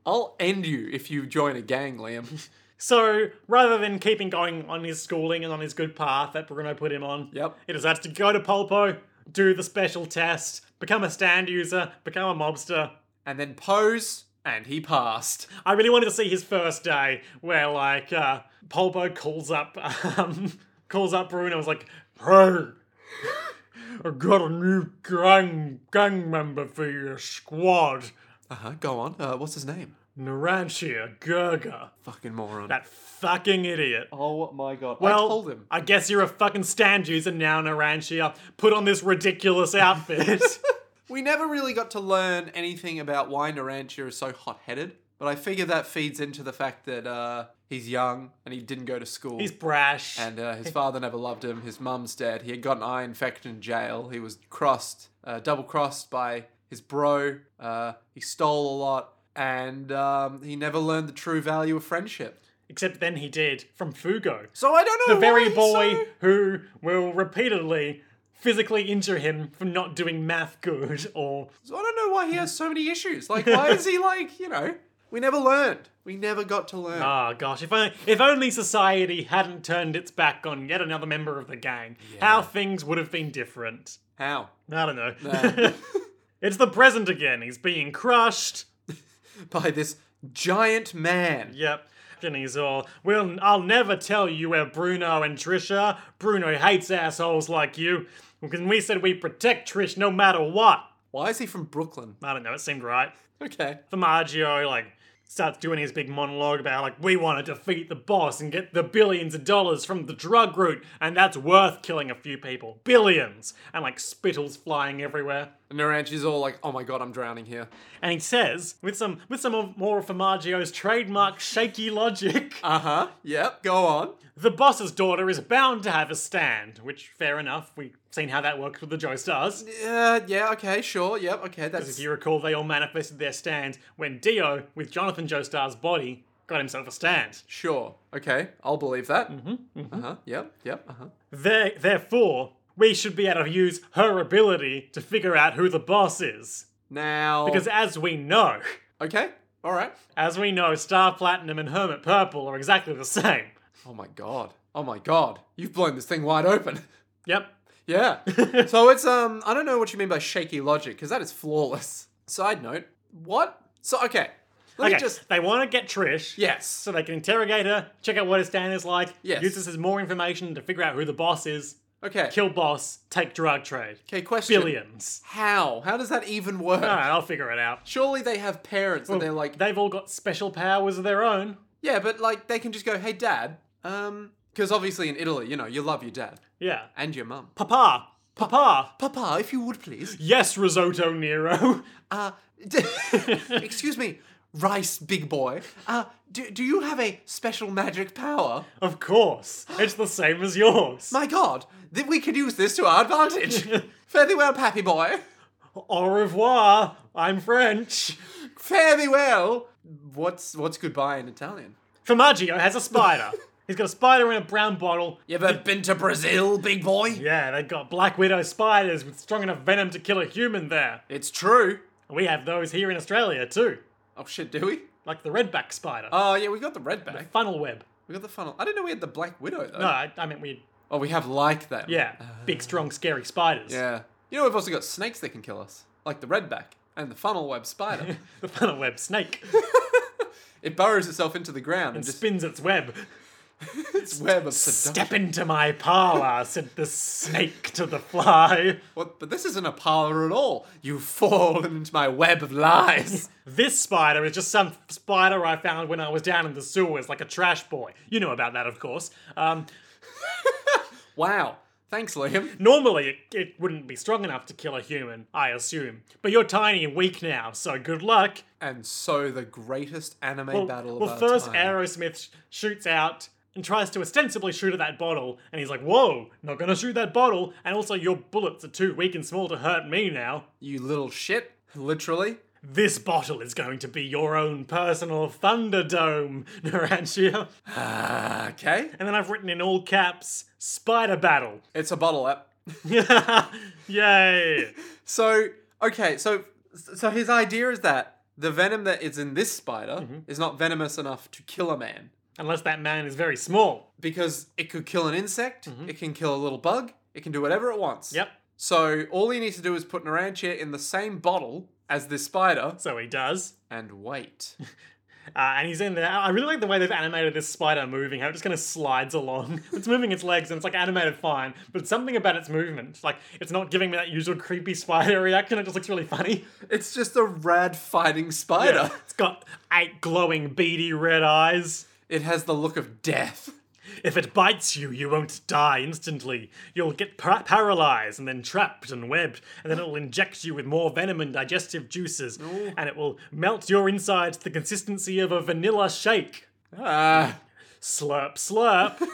I'll end you if you join a
(laughs)
gang, Liam.
So rather than keeping going on his schooling and on his good path that Bruno put him on,
Yep.
he decides to go to Polpo, do the special test, become a stand user, become a mobster.
and then pose, and he passed.
I really wanted to see his first day where like uh, Polpo calls up (laughs) um, calls up Bruno was like, Hey I got a new gang gang member for your squad.
Uh huh. Go on. Uh, what's his name?
Narantia Gerga.
Fucking moron.
That fucking idiot.
oh my god.
Well,
I told him.
I guess you're a fucking stand user now, Narantia. Put on this ridiculous
(laughs)
outfit.
We never really got to learn anything about why Narantia is so hot headed, but I figure that feeds into the fact that uh, he's young and he didn't go to school.
He's brash.
and uh,
(laughs)
his father never loved him. His mum's dead. He had got an eye infection in jail. He was crossed, uh, double crossed by his bro. Uh, he stole a lot, and um, he never learned the true value of friendship.
Except then he did from Fugo.
So I don't know.
the very
why he's
boy
so-
who will repeatedly physically injure him for not doing math good or
So I don't know why he has so many issues. Like, why is he like you know? We never learned. We never got to learn.
ah gosh if only, if only society hadn't turned its back on yet another member of the gang how things would have been different (laughs)
How? Um,
i don't know (laughs) it's the present again he's being crushed
by this giant man.
yep and he's all well i'll never tell you where bruno and trisha bruno hates assholes like you because we said we protect trish no matter what
Why is he from Brooklyn?
i don't know it seemed right
Okay.
Formaggio like starts doing his big monologue about like we want to defeat the boss and get the billions of dollars from the drug route and that's worth killing a few people billions and like spittles flying everywhere
And Naranji's all like, oh my god, I'm drowning here.
and he says with some with some of more of Formaggio's trademark shaky logic
Uh huh. Yep, go on.
the boss's daughter is bound to have a stand which fair enough we've seen how that works with the Joe Stars
Yeah, Uh, yeah, okay, sure. Yep, okay,
if
that's.
you recall they all manifested their stands when Dio with Jonathan Joestar's body got himself a stand
Sure. Okay, I'll believe that. Mm hmm.
Mm-hmm,
Uh huh. Yep, yep, uh huh.
There, therefore, we should be able to use her ability to figure out who the boss is.
Now.
Because as we know,
Okay, alright.
as we know, Star Platinum and Hermit Purple are exactly the same.
Oh my god. Oh my god. You've blown this thing wide open. (laughs)
Yep.
yeah.
(laughs)
so it's, um, I don't know what you mean by shaky logic, because that is flawless. Side note, what? So, okay. Let
Okay,
me just.
they want to get Trish.
Yes.
So they can interrogate her, check out what her stand is like,
Yes.
use this as more information to figure out who the boss is,
Okay.
kill boss, take drug trade.
Okay, question.
Billions.
How? How does that even work?
Alright, I'll figure it out.
Surely they have parents and they're like,
They've all got special powers of their own.
yeah, but like they can just go, hey, dad. Um, because obviously in Italy, you know, you love your dad
Yeah.
and your mum.
Papa! Papa!
Papa, if you would please.
Yes, Risotto Nero! (laughs)
Uh, d- excuse me, rice big boy. Uh, do, do you have a special magic power?
Of course. It's the same as yours.
My god, th- we could use this to our advantage. Fare thee well, pappy boy.
Au revoir. I'm French.
Fare thee well. What's what's goodbye in Italian?
Formaggio has a
(laughs)
spider. He's got a spider in a brown bottle.
You ever been to Brazil, big boy?
Yeah, they've got black widow spiders with strong enough venom to kill a human there.
It's true.
We have those here in Australia too.
Oh shit, do we?
Like the redback spider.
Oh yeah, we got the red bag.
funnel web.
We got the funnel. I didn't know we had the Black Widow though.
No, I, I meant we.
Oh, we have like that.
Yeah. Big, strong, scary spiders.
Uh, Yeah. You know we've also got snakes that can kill us, like the redback and the funnel web
(laughs)
spider.
The funnel web snake
it burrows itself into the ground and (laughs) just
spins its web.
It's web of seduction.
Step into my parlor, said the snake to the fly.
What? But this isn't a parlor at all. You fall into my web
(laughs)
of lies.
This spider is just some spider I found when I was down in the sewers, like a trash boy. You know about that, of course. Um,
wow. Thanks, Liam.
normally, it, it wouldn't be strong enough to kill a human, I assume. But you're tiny and weak now, so good luck.
And so the greatest anime battle of
well,
our
first
time.
Aerosmith sh- shoots out and tries to ostensibly shoot at that bottle, and he's like, "Whoa, not gonna shoot that bottle." And also, your bullets are too weak and small to hurt me now.
you little shit. Literally.
This bottle is going to be your own personal Thunderdome, (laughs) Narantia.
Ah, okay.
And then I've written in all caps, "Spider Battle." (laughs)
It's a bottle up.
Yay!
So okay, so so his idea is that the venom that is in this spider is not venomous enough to kill a man
Unless that man is very small.
because it could kill an insect, it can kill a little bug, it can do whatever it wants.
Yep.
So all he needs to do is put Narantia in the same bottle as this spider
So he does.
and wait.
Uh, and he's in there. I really like the way they've animated this spider moving, how it just kind of slides along. (laughs) it's moving its legs and it's like animated fine, but something about its movement, it's like it's not giving me that usual creepy spider reaction. It just looks really funny.
it's just a rad fighting spider.
(laughs) It's got eight glowing, beady red eyes.
It has the look of death.
If it bites you, you won't die instantly. You'll get par- paralyzed and then trapped and webbed, and then it'll inject you with more venom and digestive juices, and it will melt your insides to the consistency of a vanilla shake.
Ah.
Slurp, slurp.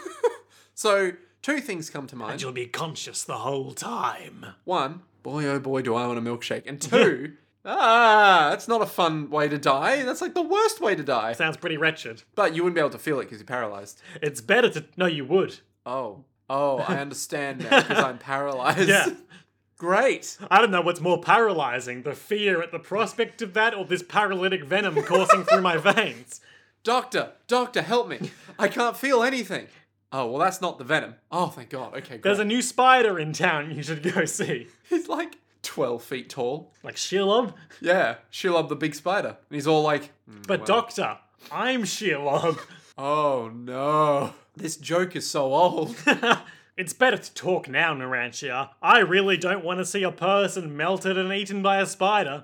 So two things come to mind.
You'll be conscious the whole time.
One, boy oh boy, do I want a milkshake. And two, ah, that's not a fun way to die. That's like the worst way to die.
Sounds pretty wretched.
But you wouldn't be able to feel it because you're paralyzed.
It's better to. No, you would.
Oh, oh,
(laughs)
I understand now because I'm paralyzed.
Yeah.
(laughs) Great.
I don't know what's more paralyzing the fear at the prospect of that or this paralytic venom coursing through my veins.
Doctor, doctor, help me. I can't feel anything. Oh, well, that's not the venom. Oh, thank God. Okay,
There's
great.
a new spider in town you should go see.
He's like 12 feet tall.
Like Shelob?
Yeah, Shelob the big spider. And he's all like, "Mm,
But Doctor, I'm Shelob.
oh no. This joke is so old. (laughs)
It's better to talk now, Narantia. I really don't want to see a person melted and eaten by a spider.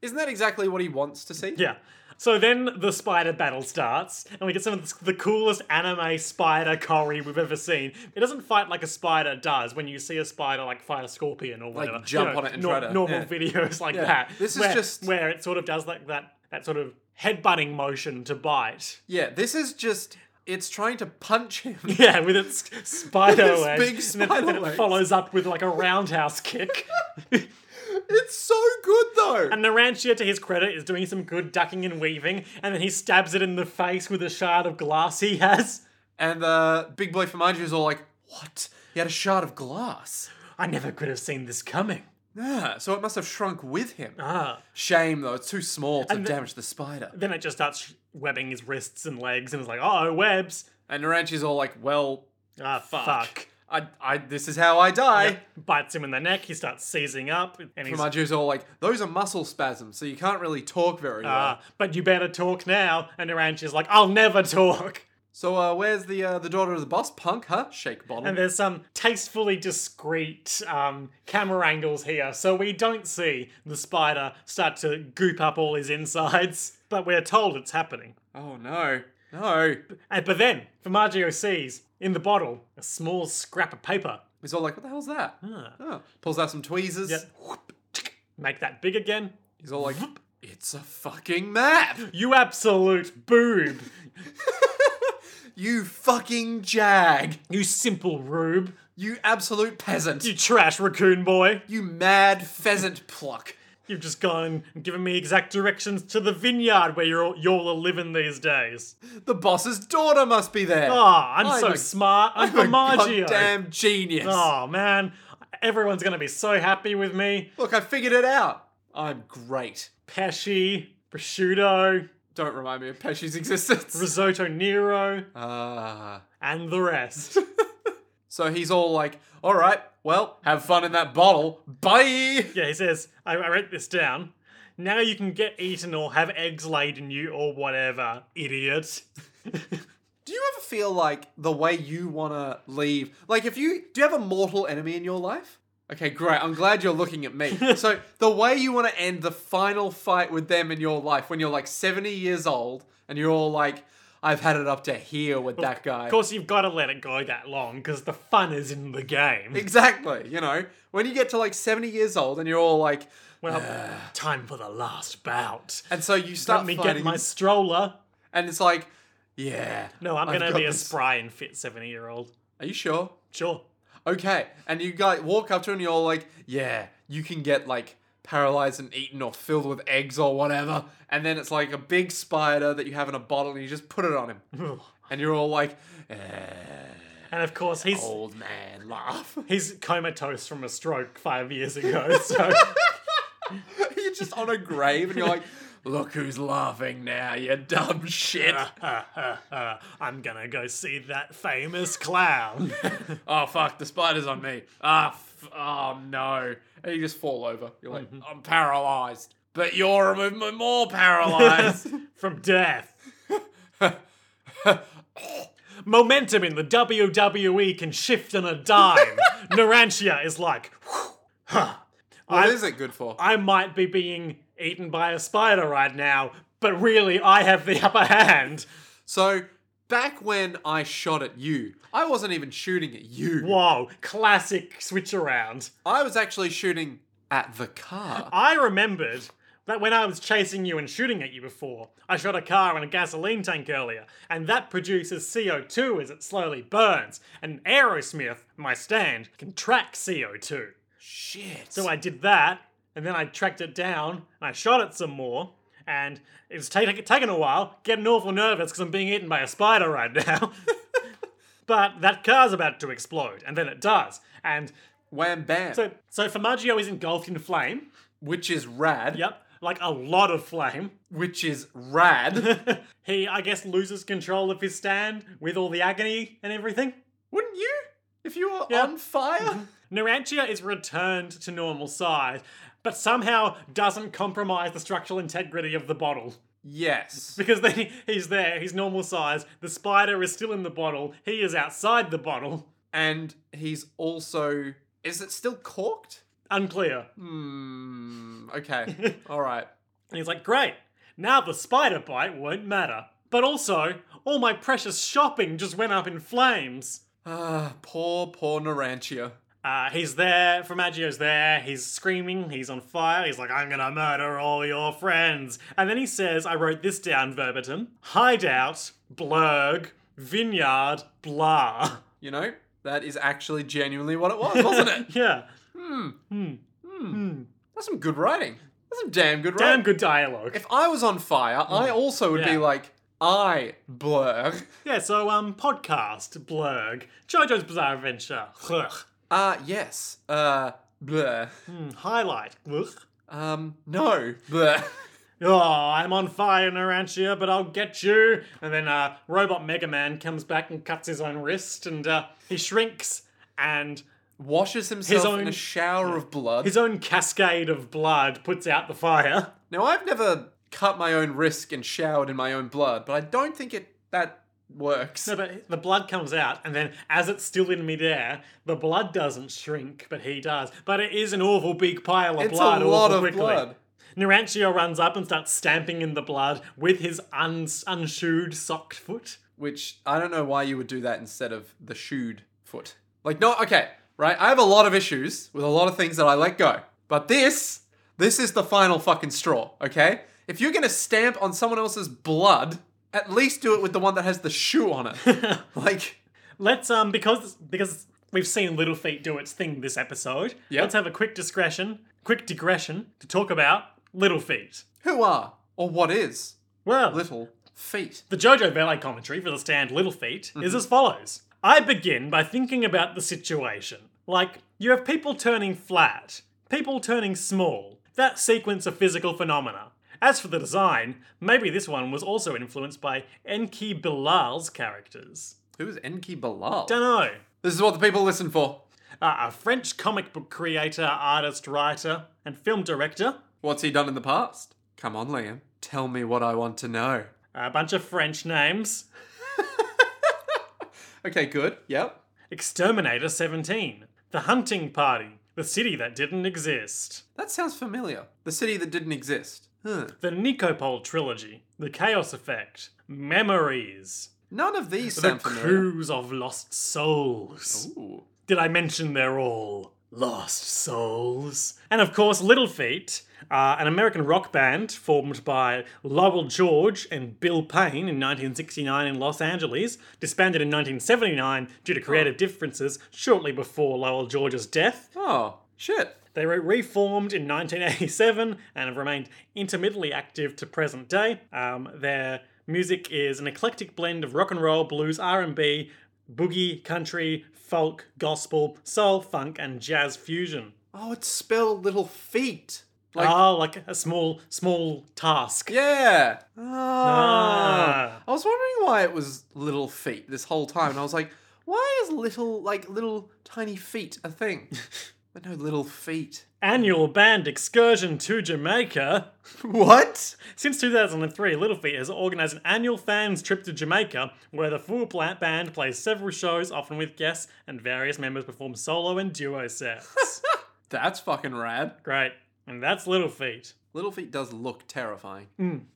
Isn't that exactly what he wants to see?
Yeah. So then the spider battle starts, and we get some of the- the coolest anime spider Cory we've ever seen. It doesn't fight like a spider does when you see a spider like fight a scorpion or whatever.
jump on it and try to-
normal
yeah.
videos like
Yeah.
that.
This is
where-
just-
where it sort of does like that that sort of headbutting motion to bite. (laughs)
Yeah, this is just it's trying to punch him.
Yeah, with
(laughs)
its spider
Its
legs.
big
and then,
spider
then it
legs.
follows up with like a roundhouse kick. (laughs)
it's so good though.
And Narantia, to his credit, is doing some good ducking and weaving, and then he stabs it in the face with a shard of glass he has.
And the big boy Fumaji is all like, "What? He had a shard of glass."
I never could have seen this coming.
Yeah, so it must have shrunk with him.
Ah.
Shame though, it's too small to damage the spider.
Then it just starts webbing his wrists and legs and is like, oh, webs.
And Naranchi's all like, "Well,
Ah, fuck.
I, I, this is how I die."
Yep. Bites him in the neck, he starts seizing up, and he's.
Fumaji's all like, "Those are muscle spasms, so you can't really talk very well."
"Ah, but you better talk now. And Narantia's like, I'll never talk.
So, uh, where's the uh, the daughter of the boss, punk? Huh? Shake bottle.
And there's some tastefully discreet um, camera angles here, so we don't see the spider start to goop up all his insides, (laughs) but we're told it's happening.
oh no, no.
And, but then, Formaggio sees, in the bottle, a small scrap of paper.
He's all like, what the hell's that? Oh. Pulls out some tweezers.
Yep. Whoop, tick. Make that big again.
He's all like, it's a fucking map!
You absolute boob!
You fucking jag!
You simple rube!
You absolute peasant!
You trash raccoon boy!
You mad pheasant pluck!
You've just gone and given me exact directions to the vineyard where you're all, you're all living these days.
The boss's daughter must be there!
Ah, I'm,
(laughs) I'm
so
a-
smart. I'm,
You
Formaggio.
(laughs) goddamn genius!
Oh man, everyone's gonna be so happy with me.
Look, I figured it out! I'm great.
Pesci, prosciutto,
Don't remind me of Pesci's existence.
risotto nero,
Ah.
and the
(laughs)
rest.
so he's all like, alright, well, have fun in that bottle. Bye!
yeah, he says, I, I wrote this down. Now you can get eaten or have eggs laid in you or whatever, idiot.
Do you ever feel like the way you want to leave? Like, if you do you have a mortal enemy in your life? Okay, great. I'm glad you're looking
(laughs)
at me. so, the way you want to end the final fight with them in your life when you're like 70 years old and you're all like, I've had it up to here with that guy.
Of course, you've got to let it go that long because the fun is in the game.
Exactly. You know, when you get to like 70 years old and you're all like,
Well, time for the last bout.
and so you start
Let me
fighting,
get my stroller.
and it's like, yeah.
No, I'm
I've
going to
got
be a
this.
spry and fit 70 year old.
Are you sure?
Sure.
Okay. And you guys walk up to him and you're all like, yeah, you can get like paralyzed and eaten or filled with eggs or whatever. And then it's like a big spider that you have in a bottle and you just put it on him.
Ugh.
And you're all like, eh,
And of course, he's
old man, laugh. (laughs)
he's comatose from a stroke five years ago.
(laughs)
So (laughs)
you're just on a grave and you're like, look who's laughing now, you dumb shit.
I'm going to go see that famous
(laughs)
clown.
oh, fuck, the spider's on me. Ah, f- oh, no. And you just fall over. You're like, I'm paralyzed. But you're even more paralyzed.
from death. Momentum in the WWE can shift on a dime. Narantia is like, huh.
What
(laughs) I-
is it good for?
I might be being eaten by a spider right now, but really I have the upper hand.
So, back when I shot at you, I wasn't even shooting at you.
Whoa, classic switch around.
I was actually shooting at the car.
I remembered that when I was chasing you and shooting at you before, I shot a car and a gasoline tank earlier, and that produces CO2 as it slowly burns, and Aerosmith, my stand, can track CO2.
Shit.
So uh, I did that, and then I tracked it down, and I shot it some more, and it's ta- taken a while, getting awful nervous because I'm being eaten by a spider right now. (laughs) but that car's about to explode, and then it does. And
Wham bam.
so, so Formaggio is engulfed in flame.
which is rad.
Yep, like a lot of flame. (laughs)
Which is rad.
he, I guess, loses control of his stand with all the agony and everything.
Wouldn't you? If you were
Yeah. (laughs)
on fire?
Narantia is returned to normal size, but somehow doesn't compromise the structural integrity of the bottle. (laughs)
yes.
Because then he- he's there, he's normal size, the spider is still in the bottle, he is outside the bottle.
And he's also. Is it still corked?
Unclear. And
Hmm.
(laughs)
Okay. All right.
he's like, great, now the spider bite won't matter. But also, all my precious shopping just went up in flames.
Ah, poor, poor Narantia.
Uh, he's there, Formaggio's there, he's screaming, he's on fire, he's like, I'm gonna murder all your friends. And then he says, I wrote this down verbatim hideout, blurg, vineyard, blah. (laughs)
You know, that is actually genuinely what it was, wasn't
(laughs)
it?
yeah.
That's some good writing. That's some damn good
Damn
writing.
good dialogue.
If I was on fire, I also would
Mm. Yeah.
be like, I blur.
Yeah, so um, podcast blurg, JoJo's Bizarre Adventure, ugh.
Ah, yes. Uh, blur.
Hmm, highlight, ugh.
Um, no. Blur.
Oh, I'm on fire, Narantia, but I'll get you. And then uh, Robot Mega Man comes back and cuts his own wrist, and uh, he shrinks, and
Washes himself in
own-
a shower of blood.
his own cascade of blood puts out the fire.
Now, I've never cut my own wrist and showered in my own blood, but I don't think it that works.
No, but the blood comes out, and then as it's still in midair, the blood doesn't shrink, but he does. But it is an awful big pile of
It's a
blood. awful
lot of
quickly.
blood.
Narantia runs up and starts stamping in the blood with his uns unshoed, socked foot.
Which I don't know why you would do that instead of the shoed foot. Like, no, okay, right? I have a lot of issues with a lot of things that I let go. But this, this is the final fucking straw, okay? If you're gonna stamp on someone else's blood, at least do it with the one that has the shoe on it. like,
Let's um because because we've seen Little Feet do its thing this episode.
Yep.
Let's have a quick discretion, quick digression to talk about Little Feet.
who are or what is
Well,
little feet?
The JoJo Valet commentary for the stand Little Feet is as follows I begin by thinking about the situation. Like, you have people turning flat, people turning small, that sequence of physical phenomena. As for the design, maybe this one was also influenced by Enki Bilal's characters.
Who is Enki Bilal?
Dunno.
This is what the people listen for.
Uh, a French comic book creator, artist, writer, and film director.
What's he done in the past? Come on, Liam. Tell me what I want to know.
A bunch of French names.
Okay, good. Yep.
Exterminator 17, The Hunting Party, The City That Didn't Exist,
That sounds familiar. The city that didn't exist. Huh.
The Nicopole Trilogy, The Chaos Effect, Memories,
None of these
The
sound familiar.
Cruise of Lost Souls.
Ooh.
Did I mention they're all lost souls? And of course, Little Feet, uh, an American rock band formed by Lowell George and Bill Payne in 1969 in Los Angeles, disbanded in 1979 due to creative differences shortly before Lowell George's death.
Oh, shit.
They were reformed in 1987 and have remained intermittently active to present day. Um, their music is an eclectic blend of rock and roll, blues, R&B, boogie, country, folk, gospel, soul, funk, and jazz fusion.
Oh, it's spelled little feet. Like,
ah, like a small, small task.
yeah. Ah.
Ah.
I was wondering why it was little feet this whole time. And I was like, why is little, like, little tiny feet
(laughs)
a thing? but no, little feet.
Annual band excursion to Jamaica.
What?
Since 2003, Little Feet has organised an annual fans trip to Jamaica, where the full pla- band plays several shows, often with guests, and various members perform solo and duo sets. (laughs)
That's fucking rad.
Great. And that's Little Feet.
Little feet does look terrifying.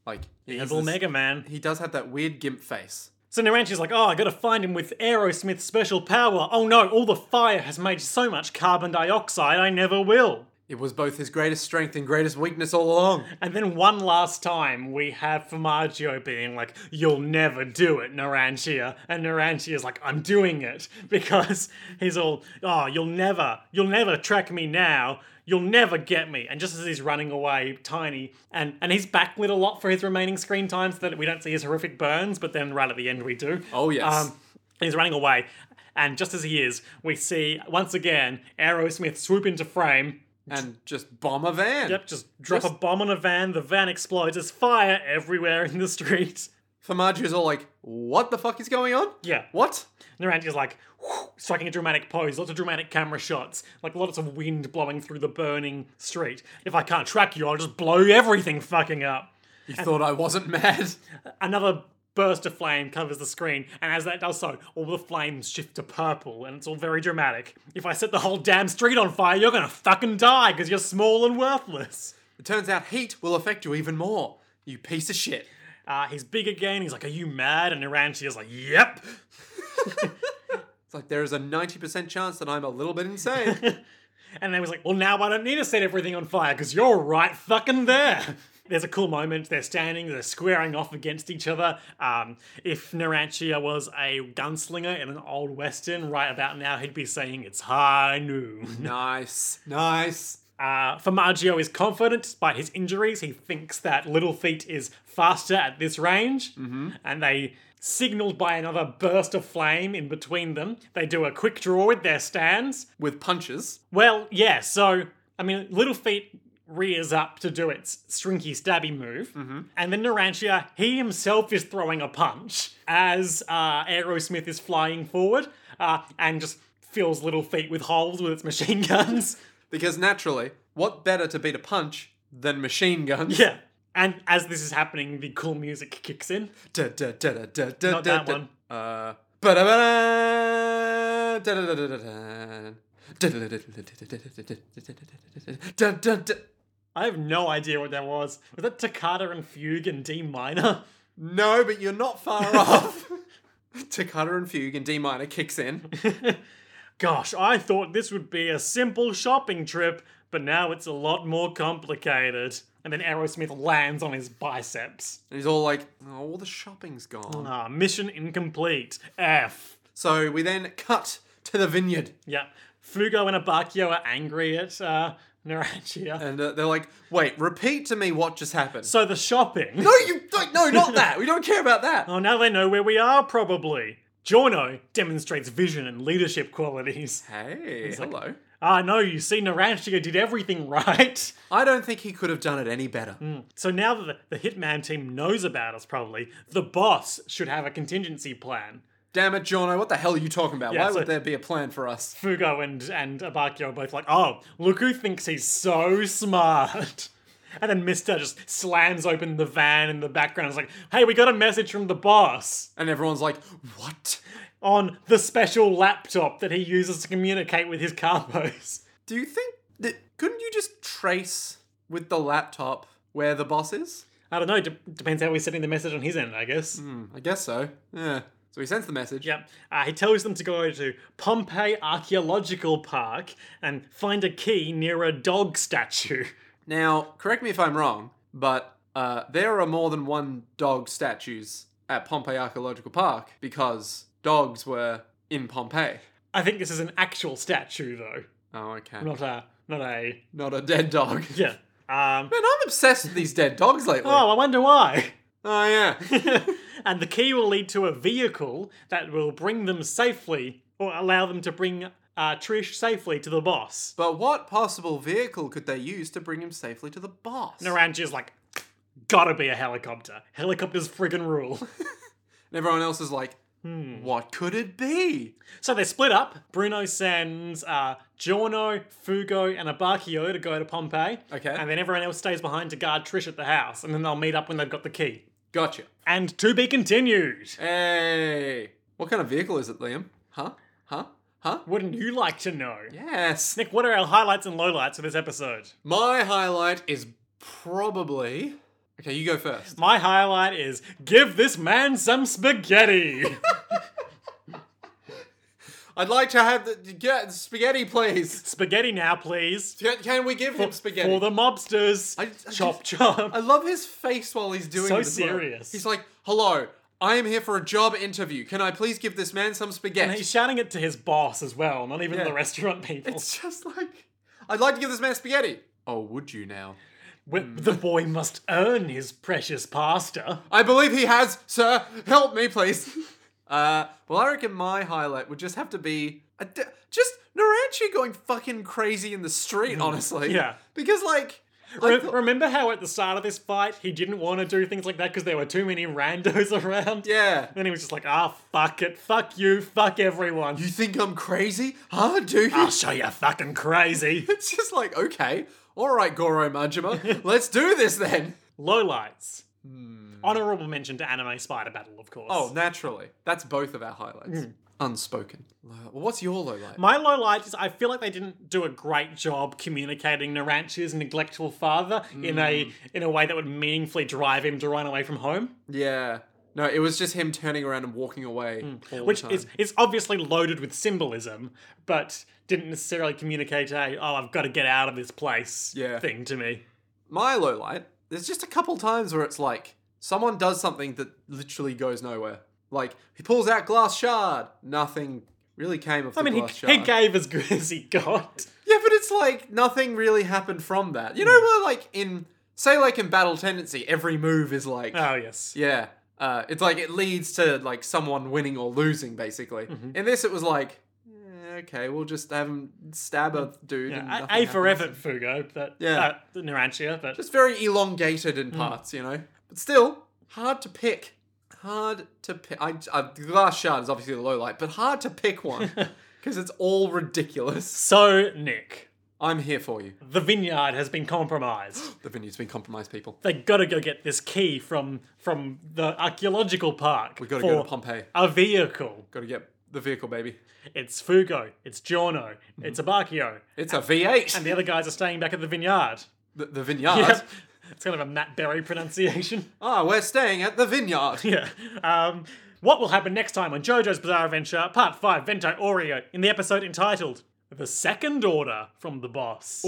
Like, he's
Mm. Evil
this-
Mega Man.
He does have that weird gimp face.
So Naranchi's like, oh, I gotta find him with Aerosmith's special power. Oh no, all the fire has made so much carbon dioxide, I never will.
It was both his greatest strength and greatest weakness all along.
And then one last time, we have Formaggio being like, You'll never do it, Narantia. And Narantia's like, I'm doing it. (laughs) Because he's all, Oh, you'll never, you'll never track me now. You'll never get me. And just as he's running away, Tiny, and, and he's backlit a lot for his remaining screen time so that we don't see his horrific burns, but then right at the end we do.
Oh, yes.
Um, he's running away. And just as he is, we see once again Aerosmith swoop into frame,
and just bomb a van.
Yep, just drop
Just-
a bomb on a van, the van explodes, there's fire everywhere in the street. (laughs)
Famaggio's all like, what the fuck is going on?
Yeah.
What?
Narantia's like whew, striking a dramatic pose, lots of dramatic camera shots, like lots of wind blowing through the burning street. If I can't track you, I'll just blow everything fucking up.
You thought I wasn't mad? (laughs)
Another burst of flame covers the screen, and as that does so, all the flames shift to purple, and it's all very dramatic. If I set the whole damn street on fire, you're gonna fucking die because you're small and worthless.
It turns out heat will affect you even more. You piece of shit.
Uh, he's big again, he's like, Are you mad? And Narantia's like, Yep.
It's like there is a 90% chance that I'm a little bit (laughs) insane.
And they was like, well, now I don't need to set everything on fire because you're right fucking there. (laughs) There's a cool moment. They're standing, they're squaring off against each other. Um, if Narantia was a gunslinger in an old western, right about now, he'd be saying it's high noon. (laughs)
nice. Nice.
Uh, Formaggio is confident despite his injuries. He thinks that Little Feet is faster at this range. Mm-hmm. And they, signaled by another burst of flame in between them, they do a quick draw with their stands.
With punches.
Well, yeah, so, I mean, Little Feet rears up to do its shrinky stabby move, and then Narantia, he himself is throwing a punch as uh, Aerosmith is flying forward uh, and just fills Little Feet with holes with its machine (laughs) guns.
Because naturally, what better to beat a punch than machine guns?
yeah. And as this is happening, the cool music kicks in.
Not that
that one.
Uh, ba-da-ba-da, da-da-da-da-da-da, da-da-da-da-da-da-da-da-da-da-da-da-da-da-da-da-da. Dun, dun, dun.
I have no idea what that was. Was that Toccata and Fugue in D minor?
No, but you're not
(laughs)
far off. (laughs) Toccata and Fugue in D minor kicks in.
Gosh, I thought this would be a simple shopping trip, but now it's a lot more complicated. And then Aerosmith lands on his biceps.
And he's all like, oh, all the shopping's gone.
Ah, mission incomplete. F.
So we then cut to the vineyard.
Yeah. Fugo and Abakio are angry at uh, Narantia.
And uh, they're like, wait, repeat to me what just happened.
so the shopping.
no, you, like, no, not that. We don't care about
(laughs)
that.
Oh, now they know where we are, probably. Giorno demonstrates vision and leadership qualities.
Hey, hello.
Ah, no, you see, Narantia did everything (laughs) right.
I don't think he could have done it any better.
So now that the the Hitman team knows about us, probably, the boss should have a contingency plan.
Damn it, Jono, what the hell are you talking about? Why
so-
would there be a plan for us?
Fugo and, and Abakio are both like, oh, look who thinks he's so smart. (laughs) And then Mister just slams open the van in the background. It's like, hey, we got a message from the boss.
And everyone's like, what?
on the special laptop that he uses to communicate with his carpos.
Do you think that couldn't you just trace with the laptop where the boss is?
(laughs) I don't know, de- depends how we're sending the message on his end, I guess.
Hmm, I guess so. Yeah. So he sends the message.
Yep. Uh, he tells them to go to Pompeii Archaeological Park and find a key near a dog statue. (laughs)
Now, correct me if I'm wrong, but uh, there are more than one dog statues at Pompeii Archaeological Park because dogs were in Pompeii.
I think this is an actual statue, though,
Oh, okay.
not a, not a,
Not a dead dog.
(laughs) yeah. Um,
Man, I'm obsessed with these dead dogs lately.
oh, I wonder why. (laughs)
Oh, yeah.
and the key will lead to a vehicle that will bring them safely, or allow them to bring uh, Trish safely to the boss.
but what possible vehicle could they use to bring him safely to the boss?
Naranji's like, gotta be a helicopter. Helicopters friggin' rule. (laughs)
And everyone else is like,
Hmm.
what could it be?
so they split up. Bruno sends uh, Giorno, Fugo, and Abacchio to go to Pompeii.
Okay.
And then everyone else stays behind to guard Trish at the house, and then they'll meet up when they've got the key.
Gotcha.
And to be continued.
Hey. What kind of vehicle is it, Liam? Huh? Huh? Huh?
Wouldn't you like to know?
Yes.
Nick, what are our highlights and lowlights of this episode?
My highlight is probably. Okay, you go first.
My highlight is give this man some
(laughs)
spaghetti.
I'd like to have the get spaghetti, please.
spaghetti now, please.
Can, can we give him spaghetti?
For the mobsters.
I- I
chop
just-
chop.
I love his face while he's doing
So
it as well.
serious.
He's like, "Hello, I am here for a job interview. Can I please give this man some spaghetti?"
And he's shouting it to his boss as well, not even
Yeah.
the restaurant people.
it's just like, "I'd like to give this man spaghetti." Oh, would you now? Hmm.
Wh- The boy must earn his precious pasta.
I believe he has, sir. Help me, please. Uh, well, I reckon my highlight would just have to be a d- just Naranchi going fucking crazy in the street, honestly.
Yeah.
Because, like,
Re-
like
remember how at the start of this fight he didn't want to do things like that because there were too many randos (laughs) around?
yeah.
Then he was just like, ah, fuck it, fuck you, fuck everyone.
You think I'm crazy? Huh,
(laughs)
dude?
I'll show you fucking crazy.
(laughs) It's just like, okay, all right, Goro Majima, let's do this then.
Lowlights. Honorable mention to Anime Spider Battle, of course.
Hmm. Oh, naturally. That's both of our highlights. Unspoken. Well, what's your low light?
My low light is I feel like they didn't do a great job communicating Naranchi's neglectful father in a
Hmm.
in a way that would meaningfully drive him to run away from home,
yeah. No, it was just him turning around and walking away. all the
which
time.
is is obviously loaded with symbolism, but didn't necessarily communicate a oh I've got to get out of this place
Yeah.
thing to me.
my low light, there's just a couple times where it's like someone does something that literally goes nowhere. Like he pulls out glass shard, nothing really came of the
I mean,
glass
he,
shard.
he gave as good (laughs) as he got.
yeah, but it's like nothing really happened from that. You know, where like in say like in Battle Tendency, every move is like
Oh yes,
yeah, uh, it's like it leads to like someone winning or losing basically. In this, it was like. eh, Okay, we'll just have him stab a dude. and
a,
nothing
a for
happens.
effort, Fugo, but
Yeah.
uh, Naranchia, but
Just very elongated
Hmm.
in parts, you know. But still, hard to pick. Hard to pick. I, I, the glass shard is obviously the low light, but hard to pick one
(laughs)
because it's all ridiculous.
so Nick,
I'm here for you.
the vineyard has been compromised.
(gasps) The venue's been compromised, people.
they gotta go get this key from from the archaeological park.
We gotta
for
go to Pompeii.
A vehicle.
Gotta get the vehicle, baby.
It's Fugo. It's Giorno. It's
Mm-hmm.
Abacchio.
It's a V8.
And the other guys are staying back at the vineyard.
the, the vineyard.
Yep. It's kind of a Matt Berry pronunciation.
Ah, we're staying at the vineyard.
(laughs) yeah. Um, what will happen next time on JoJo's Bizarre Adventure, Part 5, Vento Oreo, in the episode entitled The Second Order from the Boss?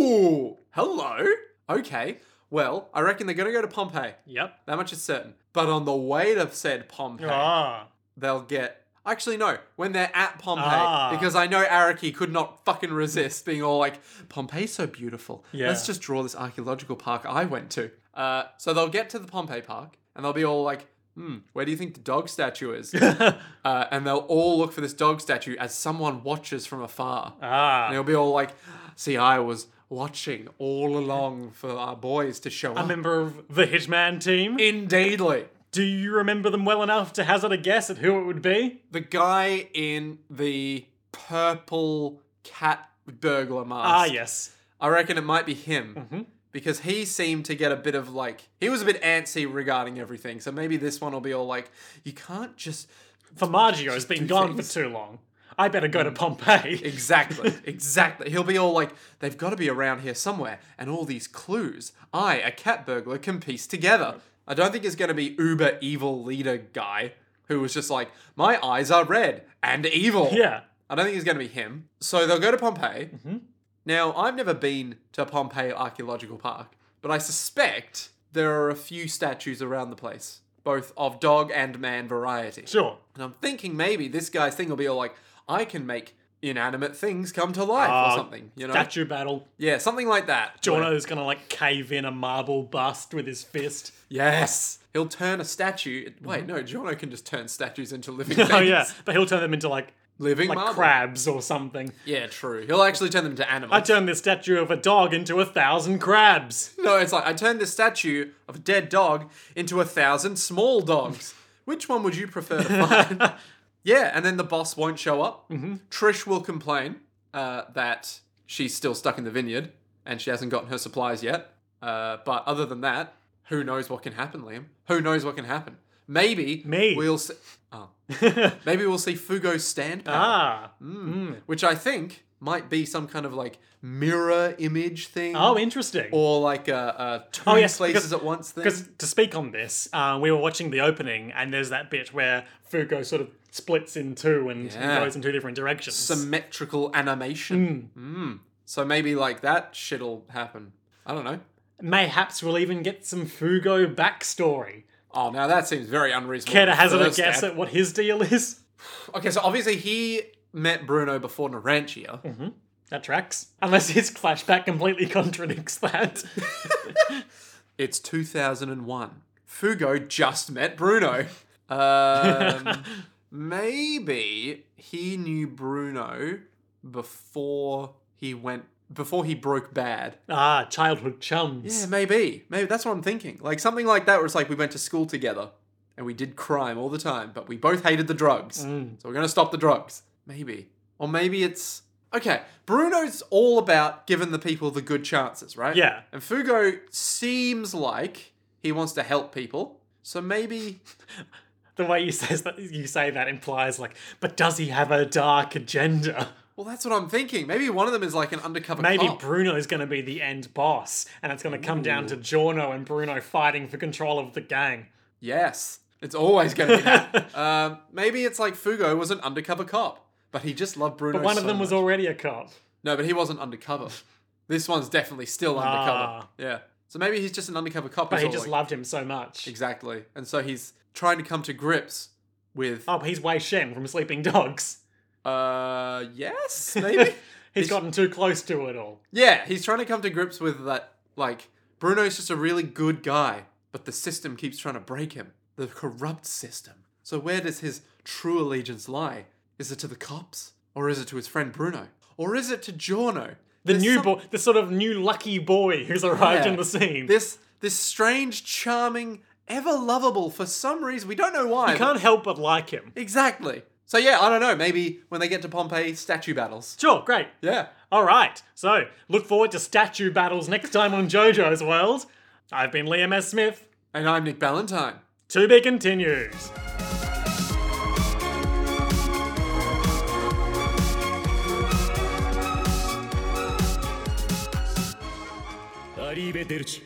Ooh, hello. Okay. Well, I reckon they're gonna go to Pompeii.
Yep.
That much is certain. But on the way to said Pompeii,
Ah.
they'll get. Actually, no. When they're at Pompeii,
Ah.
because I know Araki could not fucking resist being all like, "Pompeii's so beautiful.
Yeah.
Let's just draw this archaeological park I went to." Uh, so they'll get to the Pompeii Park, and they'll be all like, "Hmm, where do you think the dog
(laughs)
statue is?" uh, and they'll all look for this dog statue as someone watches from afar, and
Ah.
they'll be all like, "See, I was watching all along for our boys to show
A
up."
member of the Hitman team?
Indeedly.
Do you remember them well enough to hazard a guess at who it would be?
The guy in the purple cat burglar mask.
Ah, Mm-hmm. yes.
I reckon it might be him. Because he seemed to get a
(laughs)
bit of like, he was a bit antsy regarding everything. So maybe this one will be all like, you can't just
Formaggio has been gone for too long. I better go to Pompeii.
Exactly, exactly. He'll be all like, they've got to be around here somewhere, and all these clues I, a cat burglar, can piece together. I don't think it's going to be uber evil leader guy who was just like, my eyes are red and evil.
(laughs) (laughs) Yeah.
I don't think it's going to be him. So they'll go to Pompeii.
Mm-hmm.
Now, I've never been to Pompeii Archaeological Park, but I suspect there are a few statues around the place, both of dog and man variety.
Sure.
And I'm thinking maybe this guy's thing will be all like, I can make inanimate things come to life
Ah,
or something, you know?
Statue battle.
yeah, something like that.
Jono's gonna like cave in a marble bust with his fist.
Yes. He'll turn a statue. Wait, no, Jono can just turn
(laughs)
statues into living things.
Mm-hmm. Oh yeah, but he'll turn them into like
Living
like
marble.
crabs or something.
Yeah, true. He'll actually turn them into animals.
I turned this statue of a dog into a thousand crabs.
(laughs) No, it's like I turned this statue of a dead dog into a thousand
(laughs)
small dogs. Which one would you prefer to find? yeah, and then the boss won't show up. Mm-hmm. Trish will complain uh, that she's still stuck in the vineyard and she hasn't gotten her supplies yet. Uh, but other than that, who knows what can happen, Liam? Who knows what can happen? Maybe
Me.
we'll see.
(laughs)
Oh. Maybe we'll see Fugo's stand power
ah.
which I think might be some kind of like mirror image thing.
Oh, interesting.
Or like a, a two
Oh, yes,
places
because-
at once thing.
Because to speak on this, uh, we were watching the opening, and there's that bit where Fugo sort of splits in two and, and
Yeah.
goes in two different directions.
Symmetrical animation. Mm. So maybe like that shit'll happen. I don't know.
Mayhaps we'll even get some Fugo backstory.
Oh, now that seems very unreasonable.
Care to hazard a
First
guess
step.
at what his deal is?
Okay, so obviously he met Bruno before Narantia.
Mm. That tracks. Unless his flashback completely (laughs) contradicts that.
It's 2001. Fugo just
(laughs)
met Bruno. (laughs) Um, maybe he knew Bruno before he went before he broke bad.
ah, childhood
Yeah,
chums.
maybe. Maybe that's what I'm thinking. Like something like that where it's like we went to school together and we did crime all the time, but we both hated the drugs.
Mm.
So we're going to stop the drugs. Maybe. Or maybe it's Okay, Bruno's all about giving the people the good chances, right?
Yeah.
And Fugo seems like he wants to help people. So maybe
The way you says that you say that implies like, but does he have a dark agenda?
well that's what I'm thinking. Maybe one of them is like an undercover
Maybe
cop.
Bruno's going to be the end boss, and it's going to come down to Giorno and Bruno fighting for control of the gang.
Yes. It's always going to
(laughs)
be that. um, maybe it's like Fugo was an undercover cop, but he just loved Bruno.
But one
so
of them was
much.
already a cop.
No, but he wasn't undercover. This one's definitely still undercover.
Ah.
Yeah. So maybe he's just an undercover cop.
But
He's
he
all
just
like-
loved him so much.
exactly. And so he's trying to come to grips with.
Oh, but he's Wei Shen from Sleeping Dogs. (laughs) Oh.
Uh, yes, maybe.
He's gotten too close to it all.
yeah, he's trying to come to grips with that. Like Bruno's just a really good guy, but the system keeps trying to break him. The corrupt system. So where does his true allegiance lie? Is it to the cops, or is it to his friend Bruno, or is it to Giorno?
The new boy, the sort of new lucky boy who's arrived
Yeah.
on the scene.
this this strange, charming, ever lovable for some reason we don't know why.
you can't help but like him.
exactly. So yeah, I don't know. Maybe when they get to Pompeii, statue battles.
Sure, great.
Yeah.
All right. So look forward to statue battles next time on JoJo's World. I've been Liam S. Smith.
And I'm Nick Ballantyne.
To be continued.
Arrivederci.